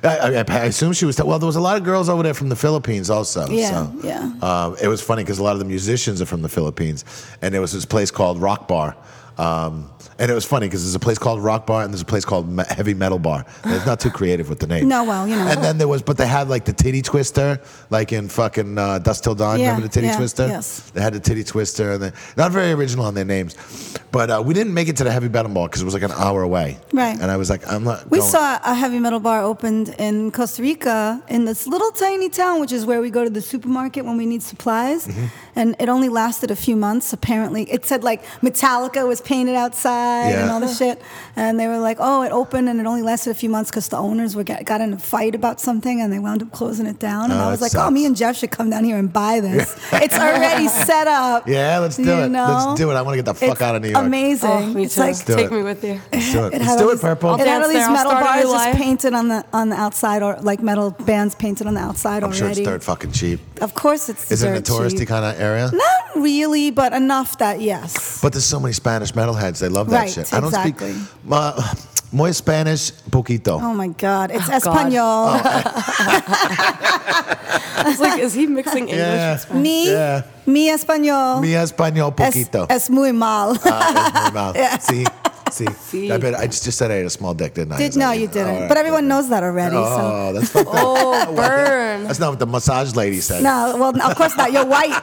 S1: I, I, I assume she was. Thai. Well, there was a lot of girls over there from the Philippines also.
S2: Yeah,
S1: so,
S2: yeah.
S1: Um, it was funny because a lot of the musicians are from the Philippines, and there was this place called Rock Bar. Um, and it was funny because there's a place called Rock Bar and there's a place called Me- Heavy Metal Bar. And It's not too creative with the name.
S2: No, well, you know.
S1: And then there was, but they had like the titty twister, like in fucking uh, Dust Till Dawn.
S2: Yeah,
S1: Remember the titty
S2: yeah,
S1: twister?
S2: yes.
S1: They had the titty twister, and they not very original on their names. But uh, we didn't make it to the Heavy Metal Bar because it was like an hour away.
S2: Right.
S1: And I was like, I'm not.
S2: We
S1: going.
S2: saw a heavy metal bar opened in Costa Rica in this little tiny town, which is where we go to the supermarket when we need supplies.
S1: Mm-hmm.
S2: And it only lasted a few months, apparently. It said like Metallica was painted outside and
S1: Yeah.
S2: all this shit. And they were like, oh, it opened and it only lasted a few months because the owners were got, got in a fight about something and they wound up closing it down. And
S1: Oh,
S2: I
S1: that
S2: was like, oh,
S1: sucks.
S2: me and Jeff should come down here and buy this. it's already set up.
S1: Yeah, let's do
S2: you
S1: it.
S2: know?
S1: Let's do it. I want to get the fuck
S2: It's
S1: out of New York.
S2: Amazing.
S3: Oh, me
S2: it's
S3: too.
S2: like
S1: do
S3: Take
S1: it.
S3: me with you.
S1: Let's do it.
S2: had
S1: Let's
S2: all
S1: do it,
S2: these-
S1: purple.
S3: I'll
S2: It had all
S3: dance
S2: these
S3: Oh, there. I'll
S2: metal
S3: start a
S2: bars
S3: new
S2: just
S3: life.
S2: painted on the on the outside, or like metal bands painted on the outside
S1: I'm
S2: already.
S1: sure it's dirt fucking cheap.
S2: Of course, it's
S1: Is it in a
S2: dirt
S1: touristy
S2: cheap.
S1: kind of area?
S2: Not really, but enough that yes.
S1: But there's so many Spanish metalheads. They love that
S2: Right,
S1: shit. I don't
S2: exactly.
S1: speak. Uh, muy Spanish, poquito.
S2: Oh my God, it's
S3: Oh, God.
S2: Espanol.
S3: It's like, is he mixing English?
S1: yeah.
S3: with-
S2: Me,
S1: Yeah.
S2: mi Espanol.
S1: Mi español,
S2: es,
S1: poquito.
S2: es muy mal.
S1: Ah, es mi mouth. See, see.
S3: Sí.
S1: I bet I just said I had a small dick, didn't I? Is
S2: Did,
S1: that
S2: no,
S1: what
S2: you didn't.
S1: All right.
S2: But everyone knows that already. So.
S1: Oh, that's fucked up.
S3: Oh, burn.
S1: That's not what the massage lady said.
S2: No, well, of course not. You're white.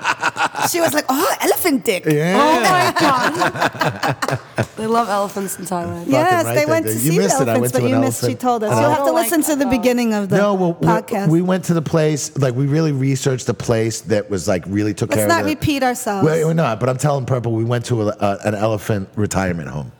S2: She was like, oh, elephant dick.
S3: Oh
S1: Yeah.
S3: my god. they love elephants in Thailand.
S2: Yes,
S1: right
S2: they
S1: there,
S2: went to
S1: dude.
S2: see
S1: You
S2: the
S1: missed it. I
S2: elephants,
S1: went to
S2: but
S1: an
S2: you missed. She
S1: elephant.
S2: told us.
S3: Oh.
S2: You'll
S3: I
S2: have to
S3: don't
S2: listen
S3: like
S2: to
S3: that,
S2: the
S3: though.
S2: beginning of the
S1: No, well, we-
S2: podcast.
S1: We, went to the place, like we really researched the place that was like really took
S2: Let's
S1: care
S2: not
S1: of. the-
S2: repeat ourselves.
S1: Well, we're not, but I'm telling Purple, we went to a, a, an elephant retirement home,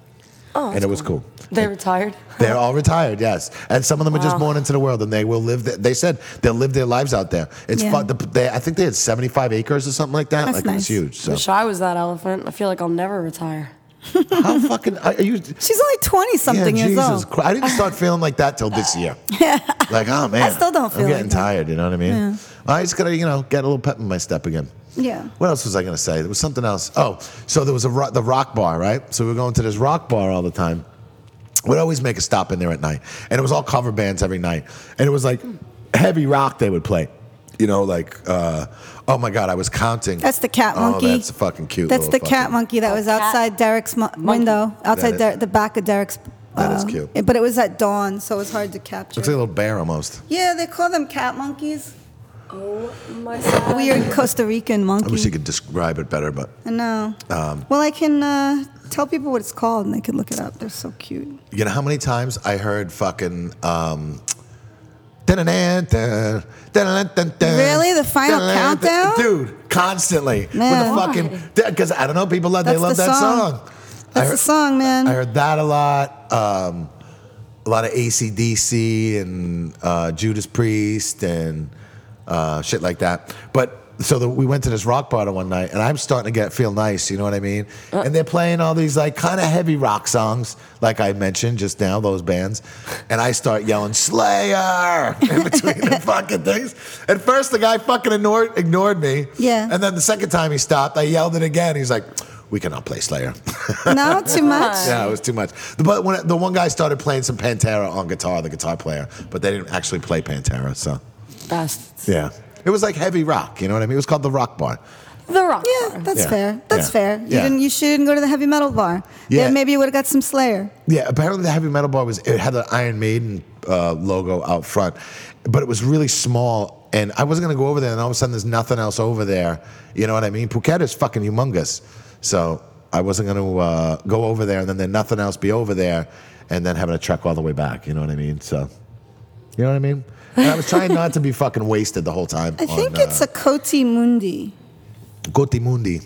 S3: Oh,
S1: and it was cool.
S3: they retired.
S1: They're all retired, yes, and some of them are just
S3: Wow.
S1: born into the world, and they will live. th- They said they'll live their lives out there. It's
S2: Yeah.
S1: fun. The, they, I think they had 75 acres or something like that.
S2: That's
S1: like
S2: nice.
S1: it's huge. So
S3: Wish I was that elephant. I feel like I'll never retire.
S1: how fucking are you?
S2: She's only 20 something
S1: yeah,
S2: years
S1: Jesus
S2: old.
S1: Christ! I didn't start feeling like that till this year. like oh man,
S2: still don't feel
S1: I'm
S2: like
S1: getting
S2: that.
S1: tired. You know what I mean? I just gotta you know get a little pep in my step again.
S2: Yeah.
S1: What else was I going to say? There was something else. Oh, so there was a ro- the rock bar, right? So we were going to this rock bar all the time. We'd always make a stop in there at night, and it was all cover bands every night, and it was like heavy rock they would play. You know, like uh, oh my god, I was counting.
S2: That's the cat
S1: Oh,
S2: monkey.
S1: that's a fucking cute.
S2: That's the
S1: little fucking-
S2: cat monkey that was outside Derek's mo- window, outside
S1: is-
S2: Der- the back of Derek's.
S1: That is cute.
S2: But it was at dawn, so it was hard to capture.
S1: Looks like a little bear almost.
S2: yeah, they call them cat monkeys.
S3: Oh my god.
S2: Weird Costa Rican
S1: I wish you
S2: monkey.
S1: could describe it better, but
S2: I know.
S1: Um,
S2: well, I can uh, tell people what it's called, and they can look it up. They're so cute.
S1: You know how many times I heard fucking. Um, really?
S2: The final countdown?
S1: Dude, constantly. With
S2: Yeah.
S1: the fucking. Because I don't know, people love, they
S2: That's
S1: love
S2: the
S1: that
S2: song.
S1: song. I
S2: That's
S1: heard,
S2: the song, man.
S1: I heard that a lot. Um, a lot of ACDC and uh, Judas Priest and uh, shit like that. But so the, we went to this rock bar one night, and I'm starting to get feel nice. You know what I mean? and they're playing all these like kind of heavy rock songs, like I mentioned just now, those bands. And I start yelling Slayer in between the fucking things. At first, the guy fucking ignored ignored me.
S2: Yeah.
S1: And then the second time he stopped, I yelled it again. He's like. We cannot play Slayer.
S2: no, too much.
S1: Yeah, it was too much. The- But when the one guy started playing some Pantera on guitar, the guitar player, but they didn't actually play Pantera. So
S3: Bastards.
S1: yeah, it was like heavy rock. You know what I mean? It was called the Rock Bar.
S3: The rock.
S2: Yeah,
S3: Bar.
S2: that's
S1: Yeah.
S2: fair. That's
S1: Yeah.
S2: fair. You
S1: Yeah.
S2: didn't. You shouldn't go to the heavy metal bar.
S1: Yeah.
S2: Then maybe you would have got some Slayer.
S1: Yeah, apparently the heavy metal bar was it had an Iron Maiden uh, logo out front, but it was really small. And I wasn't gonna go over there, and all of a sudden there's nothing else over there. You know what I mean? Phuket is fucking humongous, so I wasn't gonna uh, go over there, and then there nothing else be over there, and then having to trek all the way back. You know what I mean? So, you know what I mean? And I was trying not to be fucking wasted the whole time. uh,
S2: I think it's a Koti Mundi.
S1: Goti Mundi.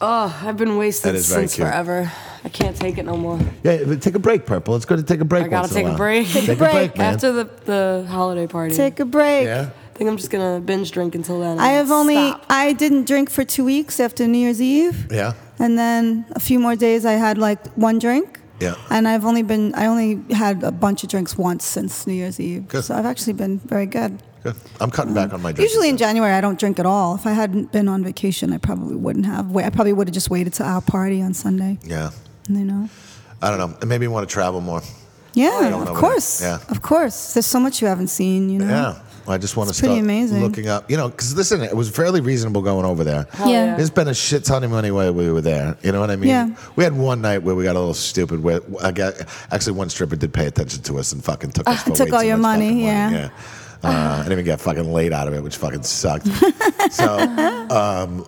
S3: Oh, I've been wasted
S1: That is very
S3: since
S1: cute.
S3: forever. I can't take it no more.
S1: Yeah, but take a break, Purple. It's good to take a break.
S3: I gotta
S1: once in
S3: take a
S1: while.
S3: break.
S1: Take a
S2: break.
S1: break, man.
S3: After the, the holiday party.
S2: Take a break.
S1: yeah.
S3: I think I'm just gonna binge drink until then.
S2: I have only.
S3: Stop.
S2: I didn't drink for two weeks after New Year's Eve,
S1: Yeah.
S2: and then a few more days. I had like one drink,
S1: Yeah.
S2: And I've only been, I only had a bunch of drinks once since New Year's Eve.
S1: Good.
S2: So I've actually been very good.
S1: Good. I'm cutting back on my drinking.
S2: Usually in January, I don't drink at all. If I hadn't been on vacation, I probably wouldn't have. Wa- I probably would have just waited till our party on Sunday,
S1: yeah.
S2: you know?
S1: I don't know. It made me want to travel more.
S2: Mm-hmm. Yeah,
S1: know
S2: of
S1: that.
S2: course.
S1: Yeah.
S2: Of course. There's so much you haven't seen, you know?
S1: Yeah. I just want
S2: It's
S1: to
S2: pretty
S1: start
S2: amazing.
S1: looking up, you know, because listen, it was fairly reasonable going over there.
S3: Hell
S2: Yeah.
S1: There's been a shit ton of money while we were there. You know what I mean?
S2: Yeah.
S1: We had one night where we got a little stupid. Where I got actually one stripper did pay attention to us and fucking took us.
S2: Ah,
S1: for
S2: took
S1: way
S2: all
S1: too
S2: your
S1: much
S2: money,
S1: fucking
S2: yeah.
S1: yeah. Uh, I didn't even get fucking laid out of it, which fucking sucked. so, um,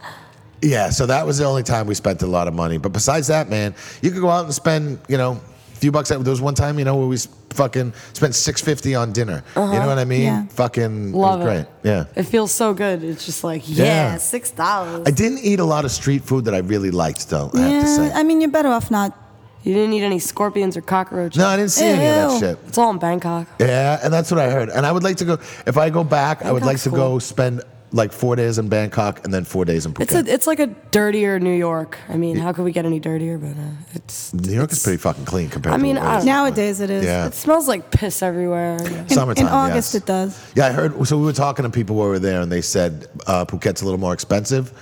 S1: yeah. So that was the only time we spent a lot of money. But besides that, man, you could go out and spend, you know, a few bucks. There was one time, you know, where we s- fucking spent six fifty on dinner. You know what I mean?
S2: Yeah.
S1: Fucking
S3: Uh-huh. Love
S1: it was
S3: it.
S1: great. Yeah.
S3: It feels so good. It's just like,
S1: Yeah.
S3: yeah, six dollars.
S1: I didn't eat a lot of street food that I really liked, though. I have to
S2: Yeah,
S1: say.
S2: I mean, you're better off not.
S3: You didn't eat any scorpions or cockroaches.
S1: No, I didn't see any of that
S2: Ew.
S1: shit.
S3: It's all in Bangkok.
S1: Yeah, and that's what I heard. And I would like to go if I go back. I would like
S3: Bangkok's
S1: to go
S3: cool.
S1: spend like four days in Bangkok and then four days in Phuket.
S3: It's a, it's like a dirtier New York. I mean, how could we get any dirtier? But uh, it's.
S1: New York is pretty fucking clean compared.
S3: I mean,
S1: to
S3: I
S1: what it
S3: don't-
S1: is.
S2: Nowadays, it is.
S1: Yeah.
S3: It smells like piss everywhere.
S2: In,
S1: Summertime,
S2: in August,
S1: yes.
S2: it does.
S1: yeah, I heard. So we were talking to people who were there, and they said uh, Phuket's a little more expensive,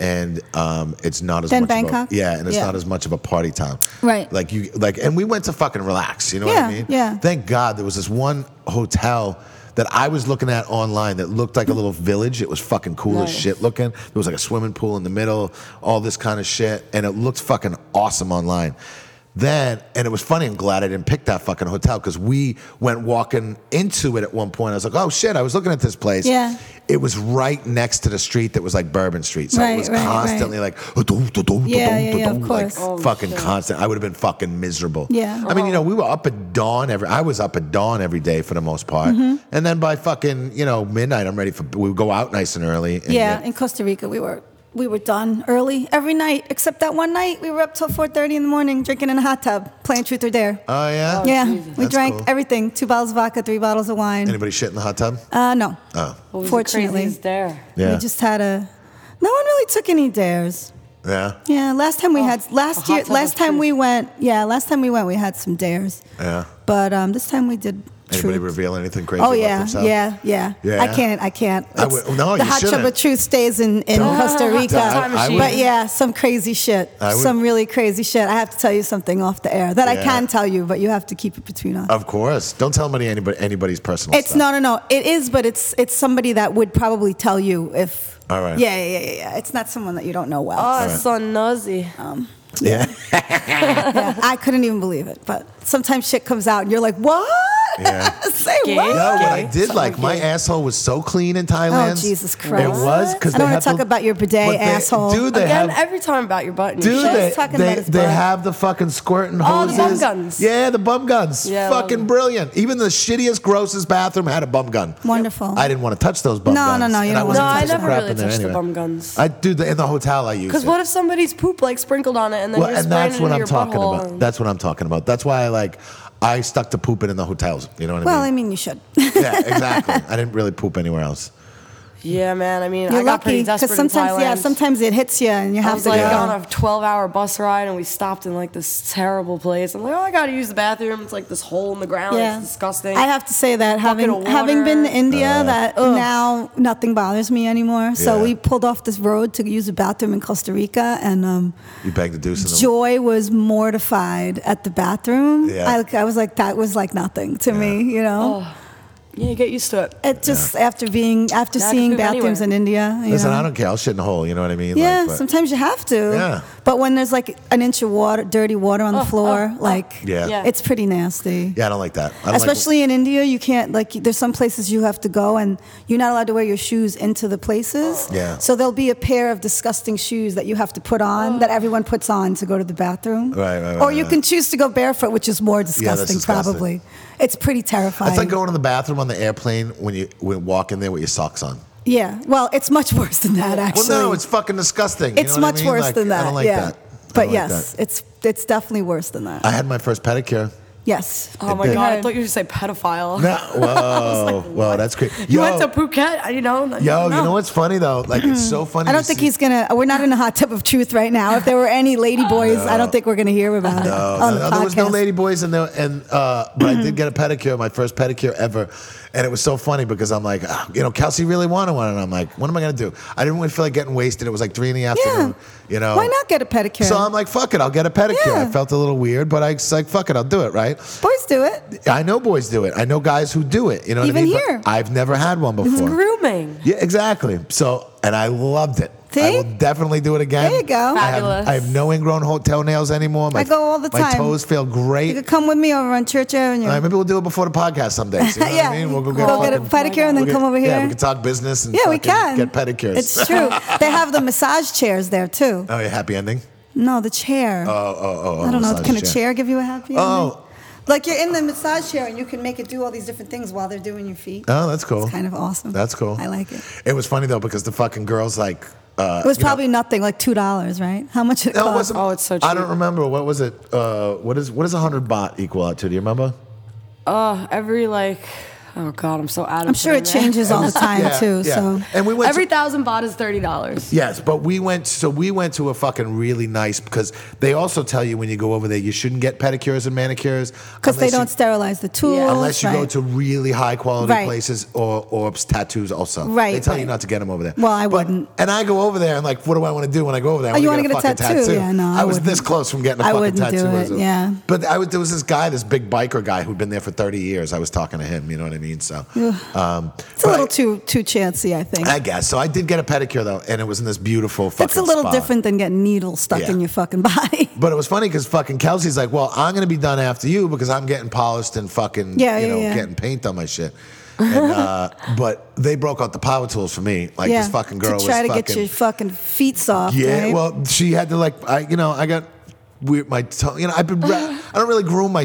S1: and um, it's not as
S2: Than
S1: much of a-
S2: Bangkok?
S1: yeah, and it's
S2: Yeah.
S1: not as much of a party town.
S2: Right.
S1: Like you like, and we went to fucking relax. You know what I
S2: Yeah,
S1: mean?
S2: yeah.
S1: Thank God there was this one hotel. That I was looking at online that looked like a little village. It was fucking cool as
S3: Nice.
S1: shit looking. There was like a swimming pool in the middle, all this kind of shit, and it looked fucking awesome online. Then, and it was funny. I'm glad I didn't pick that fucking hotel because we went walking into it at one point. I was like, oh shit, I was looking at this place.
S2: Yeah.
S1: It was right next to the street that was like Bourbon Street. So it
S2: Right,
S1: was
S2: right, right.
S1: constantly like, "Dum, dum, dum,
S2: Yeah,
S1: dum,
S2: yeah, yeah, of
S1: dum," like
S2: course. Oh,
S1: fucking
S3: shit.
S1: constant. I would have been fucking miserable.
S2: Yeah.
S1: I mean, you know, we were up at dawn every. I was up at dawn every day for the most part,
S2: Mm-hmm.
S1: and then by fucking you know midnight, I'm ready for. We would go out nice and early. And
S2: Yeah,
S1: get-
S2: in Costa Rica, we were we were done early every night, except that one night we were up till four thirty in the morning, drinking in a hot tub, playing truth or dare.
S1: oh yeah.
S2: yeah, we
S1: That's
S2: drank
S1: cool.
S2: everything: two bottles of vodka, three bottles of wine.
S1: Anybody shit in the hot tub?
S2: uh, no,
S1: Oh.
S3: What was the
S2: fortunately,
S3: craziest there?
S1: Yeah.
S2: we just had a. No one really took any dares.
S1: yeah.
S2: Yeah, last time we had
S3: Oh, a
S2: last
S3: hot
S2: year.
S3: tub
S2: Last
S3: of
S2: time
S3: truth.
S2: we went. Yeah, last time we went, we had some dares.
S1: Yeah.
S2: But um, this time we did.
S1: Anybody
S2: truth.
S1: reveal anything crazy?
S2: Oh
S1: about
S2: yeah,
S1: themselves?
S2: yeah, yeah,
S1: Yeah.
S2: I can't. I can't.
S1: I
S2: It's-
S1: would- no,
S2: the
S1: you
S2: hot tub
S1: shouldn't.
S2: of truth stays in in
S1: Don't-
S2: Costa
S3: Ah, Hot
S2: Rica.
S3: tub
S1: I- I would-
S2: but yeah, some crazy shit.
S1: I would-
S2: some really crazy shit. I have to tell you something off the air that I
S1: Yeah. Oh,
S2: can tell you, but you have to keep it between us.
S1: Of course. Don't tell anybody anybody anybody's personal.
S2: it's
S1: stuff.
S2: no, no, no. It is, but it's it's somebody that would probably tell you if.
S1: All right.
S2: Yeah, yeah, yeah, yeah, yeah. It's not someone that you don't know well.
S3: Oh,
S1: right.
S3: it's so nosy.
S1: Yeah.
S2: Yeah, I couldn't even believe it. But sometimes shit comes out, and you're like, "What?
S1: Yeah.
S2: Say
S3: Gay.
S2: what?"
S1: No, Oh, what I
S3: Okay.
S1: did like, my asshole was so clean in Thailand.
S2: Oh, Jesus Christ.
S1: It was because
S2: I don't wanna talk about your bidet, asshole.
S1: Dude, they
S3: Again,
S1: have.
S3: every time about your button.
S1: Dude,
S2: Shut
S1: they,
S2: us talking
S1: they,
S2: about his
S1: they
S2: butt.
S1: have the fucking squirting
S3: Oh, the
S1: hoses.
S3: bum guns.
S1: Yeah, the bum guns.
S3: Yeah, I love
S1: fucking
S3: them.
S1: brilliant. Even the shittiest, grossest bathroom had a bum gun.
S2: Wonderful.
S1: I didn't want to touch those bum
S2: No,
S1: guns.
S2: no, no, you
S1: and
S2: don't
S1: I wasn't
S2: wanna
S1: touching
S2: touch them.
S1: crap
S3: No, I never really
S1: in there
S3: touched the
S1: anyway.
S3: bum guns.
S1: I do the, in the hotel. I used
S3: Because
S1: it.
S3: what if somebody's poop like sprinkled on it and then
S1: Well,
S3: you're
S1: and
S3: spraying
S1: that's
S3: it
S1: what
S3: into
S1: I'm
S3: your
S1: talking
S3: butthole
S1: about.
S3: and-
S1: That's what I'm talking about. That's why I like I stuck to pooping in the hotels. You know what
S2: Well,
S1: I
S2: I
S1: mean?
S2: mean, you should.
S1: yeah, exactly. I didn't really poop anywhere else.
S3: yeah, man. I mean,
S2: You're
S3: I got
S2: lucky
S3: pretty desperate in
S2: sometimes, yeah,
S3: Thailand.
S2: sometimes it hits you, and you
S3: I
S2: have
S3: was
S2: to
S3: like
S2: go.
S3: on a 12 hour bus ride and we stopped in like this terrible place. I'm like, oh, I gotta use the bathroom. It's like this hole in the ground. It's disgusting.
S2: I have to say that
S3: of
S2: having
S3: water.
S2: having been to India, that now nothing bothers me anymore. So
S1: Yeah.
S2: we pulled off this road to use a bathroom in Costa Rica, and um,
S1: You banged the deuce in the
S2: Joy was mortified at the bathroom.
S1: Yeah.
S2: I, I was like, that was like nothing to me, you know.
S3: yeah, get used to it.
S2: It just after being after
S3: Now I can
S2: seeing
S3: poop
S2: bathrooms
S3: anywhere.
S2: in India. You
S1: Listen,
S2: know.
S1: I don't care. I'll shit in the hole. You know what I mean?
S2: yeah,
S1: Like, but-
S2: sometimes you have to.
S1: Yeah.
S2: But when there's like an inch of water, dirty water on the floor, like
S1: Yeah.
S3: Yeah.
S2: it's pretty nasty.
S1: yeah, I don't like that. I don't
S2: Especially in India, you can't like. There's some places you have to go, and you're not allowed to wear your shoes into the places.
S1: Yeah.
S2: So there'll be a pair of disgusting shoes that you have to put on that everyone puts on to go to the bathroom.
S1: Right, right, right,
S2: Or you
S1: right.
S2: can choose to go barefoot, which is more disgusting,
S1: disgusting.
S2: probably. It's pretty terrifying.
S1: Like, it's like going to the bathroom on the airplane when you when walk in there with your socks on.
S2: yeah. Well, it's much worse than that, actually.
S1: well, no, it's fucking disgusting. You
S2: It's
S1: know what I
S2: much
S1: mean?
S2: worse
S1: Like,
S2: than that.
S1: I don't like
S2: yeah.
S1: that. I
S2: But
S1: don't like
S2: yes,
S1: that.
S2: it's it's definitely worse than that.
S1: I had my first pedicure.
S2: Yes.
S3: Oh my
S1: did.
S3: god! I thought you were gonna say pedophile.
S1: No, whoa, whoa, that's great.
S3: You went to Phuket, I- you know? I
S1: Yo,
S3: don't
S1: you know
S3: know.
S1: what's funny though? Like it's so funny.
S2: I don't
S1: to
S2: think
S1: see-
S2: he's gonna. We're not in a hot tub of truth right now. If there were any lady boys, I don't think we're gonna hear about it
S1: No,
S2: on
S1: no,
S2: the
S1: Oh, there was no
S2: podcast.
S1: lady boys in there, and uh, but I did get a pedicure, my first pedicure ever, and it was so funny because I'm like, "Ah, you know, Kelsey really wanted one, and I'm like, what am I gonna do? I didn't really feel like getting wasted. It was like three in the afternoon, you know.
S2: Why not get a pedicure?
S1: So I'm like, fuck it, I'll get a pedicure.
S2: Yeah.
S1: I felt a little weird, but I was like, fuck it, I'll do it, right?
S2: boys do it.
S1: I know boys do it. I know guys who do it. You know what
S2: Even
S1: I mean? But
S2: here.
S1: I've never had one before.
S3: grooming.
S1: Yeah, exactly. So, and I loved it. I
S2: See?
S1: will definitely do it again.
S2: There you go.
S1: I have,
S3: Fabulous.
S1: I have no ingrown ho- toenails anymore. My,
S2: I go all the
S1: My
S2: time.
S1: toes feel
S2: You
S1: great.
S2: could come with me over on Church Avenue.
S1: All right, maybe we'll do it before the podcast someday. See what
S2: yeah,
S1: I mean? We'll go get,
S2: go get a
S1: fucking-
S2: pedicure and then
S1: we'll get-
S2: come over here.
S1: Yeah, we can talk business and
S2: Yeah, we
S1: fucking
S2: can
S1: get pedicures.
S2: It's true. they have the massage chairs there too.
S1: oh, yeah, happy ending?
S2: No, the chair.
S1: Oh, oh, oh.
S2: I don't know.
S1: massage
S2: Can a chair give you a happy?
S1: Oh.
S2: ending? Like you're in the massage chair and you can make it do all these different things while they're doing your feet.
S1: Oh, that's cool.
S2: It's kind of awesome.
S1: That's cool.
S2: I like it.
S1: It was funny, though, because the fucking girl's like. Uh,
S2: It was
S1: you know-
S2: probably nothing, like two dollars, right? How much did it
S1: No, it
S2: cost?
S1: wasn't.
S3: Oh, it's so
S1: I don't
S3: cheap.
S1: remember. What was it? Uh, what is what is 100 baht equal out to? Do you remember?
S3: Uh, every like, oh god, I'm so out of.
S2: I'm sure it changes all the time
S1: Yeah,
S2: too.
S1: yeah.
S2: So
S1: And we went
S3: Every
S1: to,
S3: thousand baht is thirty dollars.
S1: Yes, but we went so we went to a fucking really nice because they also tell you when you go over there you shouldn't get pedicures and manicures
S2: because they
S1: unless you-
S2: don't sterilize the tools,
S1: unless you go
S2: Oh, right.
S1: to really high quality
S2: Right.
S1: places or or tattoos also.
S2: Right,
S1: They tell you
S2: right.
S1: not to get them over there.
S2: Well, I
S1: But-
S2: wouldn't.
S1: And I go over there and like what do I want to do when I go over there? I
S2: Oh, you
S1: wanna
S2: wanna get a
S1: fucking
S2: tattoo? Yeah, no,
S1: I,
S2: I
S1: was this
S2: wouldn't.
S1: close from getting a
S2: I
S1: fucking
S2: wouldn't do
S1: tattoo.
S2: it,
S1: as a-
S2: yeah.
S1: But I would, there was this guy, this big biker guy who'd been there for 30 years. I was talking to him, you know what I mean? So um
S2: It's a
S1: but
S2: little
S1: I-
S2: too too chancy, I think.
S1: I guess. So I did get a pedicure though, and it was in this beautiful fucking
S2: it's a little
S1: spa.
S2: different than getting needles stuck
S1: Yeah.
S2: in your fucking body.
S1: But it was funny because fucking Kelsey's like, well, I'm gonna be done after you because I'm getting polished and fucking,
S2: Yeah,
S1: you
S2: yeah,
S1: know,
S2: yeah.
S1: getting paint on my shit. And, uh, but they broke out the power tools for me. Like
S2: yeah,
S1: this fucking girl
S2: to try
S1: was
S2: to
S1: fucking.
S2: get your fucking feet soft.
S1: yeah,
S2: right?
S1: well, she had to like, I, you know, I got weird my toe. You know, I've been, ra- I don't really groom my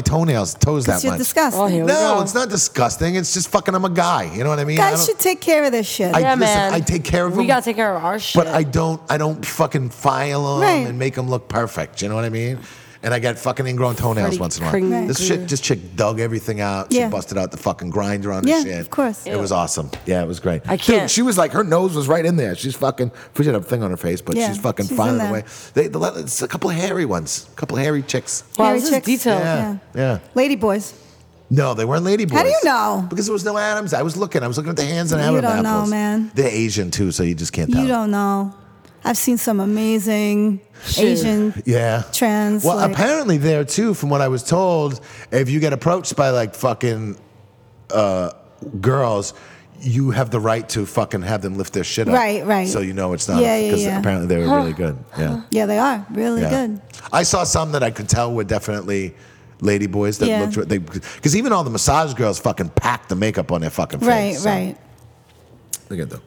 S1: toenails, toes that
S2: you're
S1: much.
S2: disgusting.
S3: Oh, here we
S1: No,
S3: go.
S1: it's not disgusting. It's just fucking. I'm a guy. You know what I mean? I
S2: Guys
S1: don't-
S2: should take care of this shit.
S1: I-
S3: Yeah,
S1: listen,
S3: man.
S1: I take care of
S3: We
S1: them,
S3: gotta take care of our shit.
S1: but I don't I don't fucking file them
S2: Right.
S1: and make them look perfect. You know what I mean? And I got fucking ingrown toenails
S3: Freddy
S1: once in a while.
S3: Krueger.
S1: This shit, this chick dug everything out.
S2: Yeah.
S1: She busted out the fucking grinder on
S2: Yeah,
S1: the shit.
S2: of course.
S1: It was awesome. Yeah, it was great.
S3: I can't-
S1: Dude, she was like, her nose was right in there. She's fucking, she had a thing on her face, but
S2: Yeah,
S1: she's fucking
S2: she's in
S1: filing
S2: there.
S1: away. They, the, it's a couple of hairy ones, a couple of hairy chicks.
S3: wow,
S2: Hairy
S3: this
S2: chicks.
S3: is detailed.
S1: Yeah, yeah.
S2: Lady boys.
S1: No, they weren't ladyboys.
S2: How do you know?
S1: Because there was no Adams. I was looking. I was looking at the hands and
S2: You
S1: Adams
S2: don't know,
S1: apples.
S2: man.
S1: They're Asian too, so you just can't tell.
S2: You don't know. I've seen some amazing
S3: Shit.
S2: Asian
S1: Yeah.
S2: trans.
S1: Well,
S2: like-
S1: apparently there too, from what I was told, if you get approached by like fucking uh, girls, you have the right to fucking have them lift their shit up.
S2: Right, right.
S1: So you know it's not.
S2: Yeah, yeah,
S1: 'cause
S2: yeah.
S1: Apparently they were really good. Yeah.
S2: yeah, they are really
S1: yeah.
S2: good.
S1: I saw some that I could tell were definitely. Lady boys that
S2: Yeah.
S1: looked they because even all the massage girls fucking packed the makeup on their fucking face.
S2: Right,
S1: so-
S2: right.
S1: Look at them.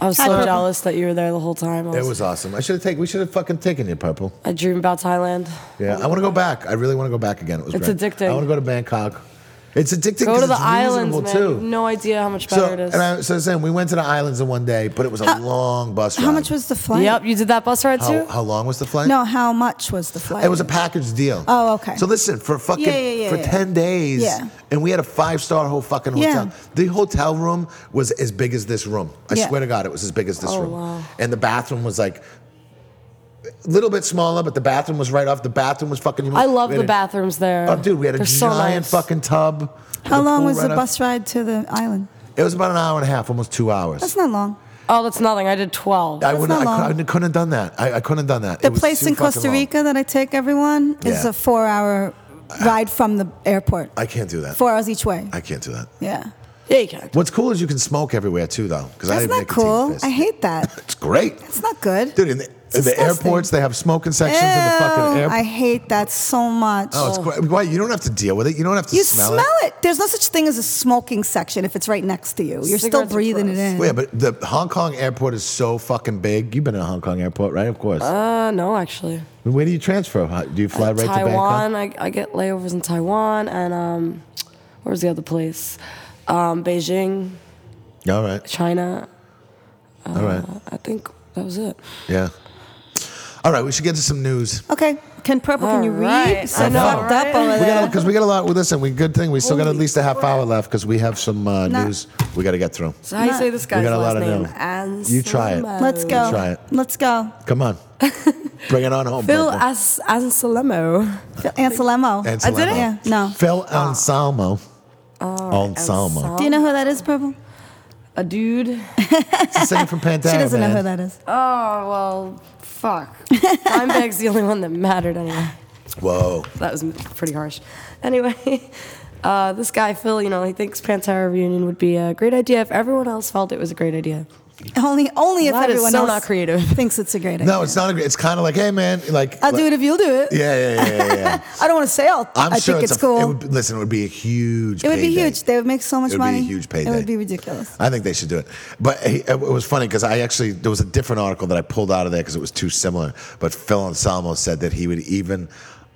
S3: I was
S2: Hi,
S3: so
S2: Purple.
S3: jealous that you were there the whole time. I
S1: It
S3: was,
S1: was awesome. I should have taken. We should have fucking taken you, purple.
S3: I dream about Thailand.
S1: Yeah, I want to go back. I really want to go back again. It was
S3: It's
S1: great.
S3: addicting.
S1: I want to go to Bangkok. It's addicting.
S3: Go
S1: 'cause
S3: to the
S1: it's
S3: islands, man.
S1: reasonable,
S3: You have
S1: Too.
S3: no idea how much better
S1: So,
S3: it is.
S1: and I, so Sam, we went to the islands in one day, but it was a
S2: How-
S1: long bus ride.
S2: How much was the flight?
S3: yep, you did that bus ride
S1: How,
S3: too.
S1: how long was the flight?
S2: No, how much was the flight?
S1: It was a package deal.
S2: Oh, okay.
S1: So listen, for fucking
S2: Yeah, yeah, yeah,
S1: for
S2: yeah.
S1: ten days,
S2: Yeah.
S1: and we had a five star whole fucking hotel.
S2: Yeah.
S1: The hotel room was as big as this room. I
S2: Yeah.
S1: swear to God, it was as big as this
S3: Oh,
S1: room.
S3: wow.
S1: And the bathroom was like a little bit smaller, but the bathroom was right off. The bathroom was fucking.
S3: I love
S1: we
S3: the
S1: had a-
S3: bathrooms there.
S1: Oh, dude, we had a
S3: They're so
S1: giant
S3: nice.
S1: fucking tub.
S2: How
S1: with a
S2: long
S1: pool
S2: was
S1: right
S2: the
S1: up-
S2: bus ride to the island?
S1: It was about an hour and a half, almost two hours.
S2: That's not long.
S3: Oh, that's nothing. I did twelve.
S1: I
S2: That's
S1: wouldn't.
S2: not
S1: I,
S2: long.
S1: could, I couldn't have done that. I, I couldn't have done that.
S2: The
S1: It was
S2: place
S1: too
S2: in
S1: fucking
S2: Costa
S1: long.
S2: Rica that I take everyone is
S1: Yeah.
S2: a four hour ride from the airport.
S1: I can't do that.
S2: Four hours each way.
S1: I can't do that.
S2: yeah.
S3: yeah, you can.
S1: What's cool is you can smoke everywhere too, though. Because I
S2: That's
S1: didn't
S2: not
S1: make
S2: cool. I
S1: I
S2: hate that.
S1: it's great,
S2: It's not good.
S1: dude. In the, in the
S2: disgusting.
S1: airports, they have smoking sections in the fucking
S2: Ew,
S1: airport.
S2: I hate that so much.
S1: oh, it's great. Why you don't have to deal with it? You don't have to
S2: you
S1: smell,
S2: smell it. There's no such thing as a smoking section if it's right next to you. You're still
S3: Cigarettes are
S2: breathing it
S3: gross.
S2: in.
S1: Well, yeah, but the Hong Kong airport is so fucking big. You've been in Hong Kong airport, right? Of course.
S3: Uh, no, actually.
S1: Where do you transfer? How- Do you fly
S2: Uh,
S1: right to Bangkok?
S3: Taiwan. I, I get layovers in Taiwan and um, where was the other place? Um, Beijing,
S1: All right,
S3: China.
S2: Uh.
S3: Uh,
S1: all right,
S3: I think that was it.
S1: yeah. All right, we should get to some news.
S2: Okay. Can purple? Can you
S3: All right.
S2: read?
S3: I
S2: So
S1: know,
S2: fucked up
S3: right?
S2: over
S1: We got
S2: there.
S1: because we got a lot with this, and we good thing we still got at
S3: Holy
S1: least a half
S3: crap.
S1: hour left because we have some uh,
S2: Nah.
S1: news we got to get through.
S3: So how you say this guy's
S1: got a
S3: last
S1: lot of
S3: name?
S1: them. You try it.
S3: Anselmo.
S2: Let's go.
S1: Try it.
S2: Let's go.
S1: Come on, bring it on home,
S3: Phil
S1: Purple.
S3: As- Anselemo.
S2: Anselmo.
S1: Anselmo.
S3: I did it?
S2: Yeah. No. Ah. Oh,
S1: Phil Anselmo. Anselmo.
S3: Anselmo.
S2: Do you know who that is, purple?
S3: A dude.
S1: It's the singer from Pantera.
S2: She doesn't
S1: man.
S2: know who that is.
S3: Oh well, fuck. Dimebag's the only one that mattered anyway.
S1: Whoa.
S3: That was pretty harsh. Anyway, uh, this guy Phil, you know, he thinks Pantera reunion would be a great idea if everyone else felt it was a great idea.
S2: Only, only if
S3: That is
S2: everyone
S3: so
S2: else
S3: not creative.
S2: thinks it's a great idea.
S1: No, it's not. A, it's kind of like, hey, man, like.
S2: I'll do it if you'll do it.
S1: Yeah, yeah, yeah, yeah. yeah.
S2: I don't want to say I'll,
S1: I'm
S2: I
S1: sure
S2: think it's,
S1: a,
S2: cool.
S1: It would, listen, it would be a huge.
S2: It would be
S1: payday.
S2: huge. They would make so much
S1: It would be a
S2: money.
S1: huge
S2: It
S1: payday.
S2: would be ridiculous.
S1: I think they should do it. But he, it was funny because I actually there was a different article that I pulled out of there because it was too similar. But Phil Anselmo said that he would even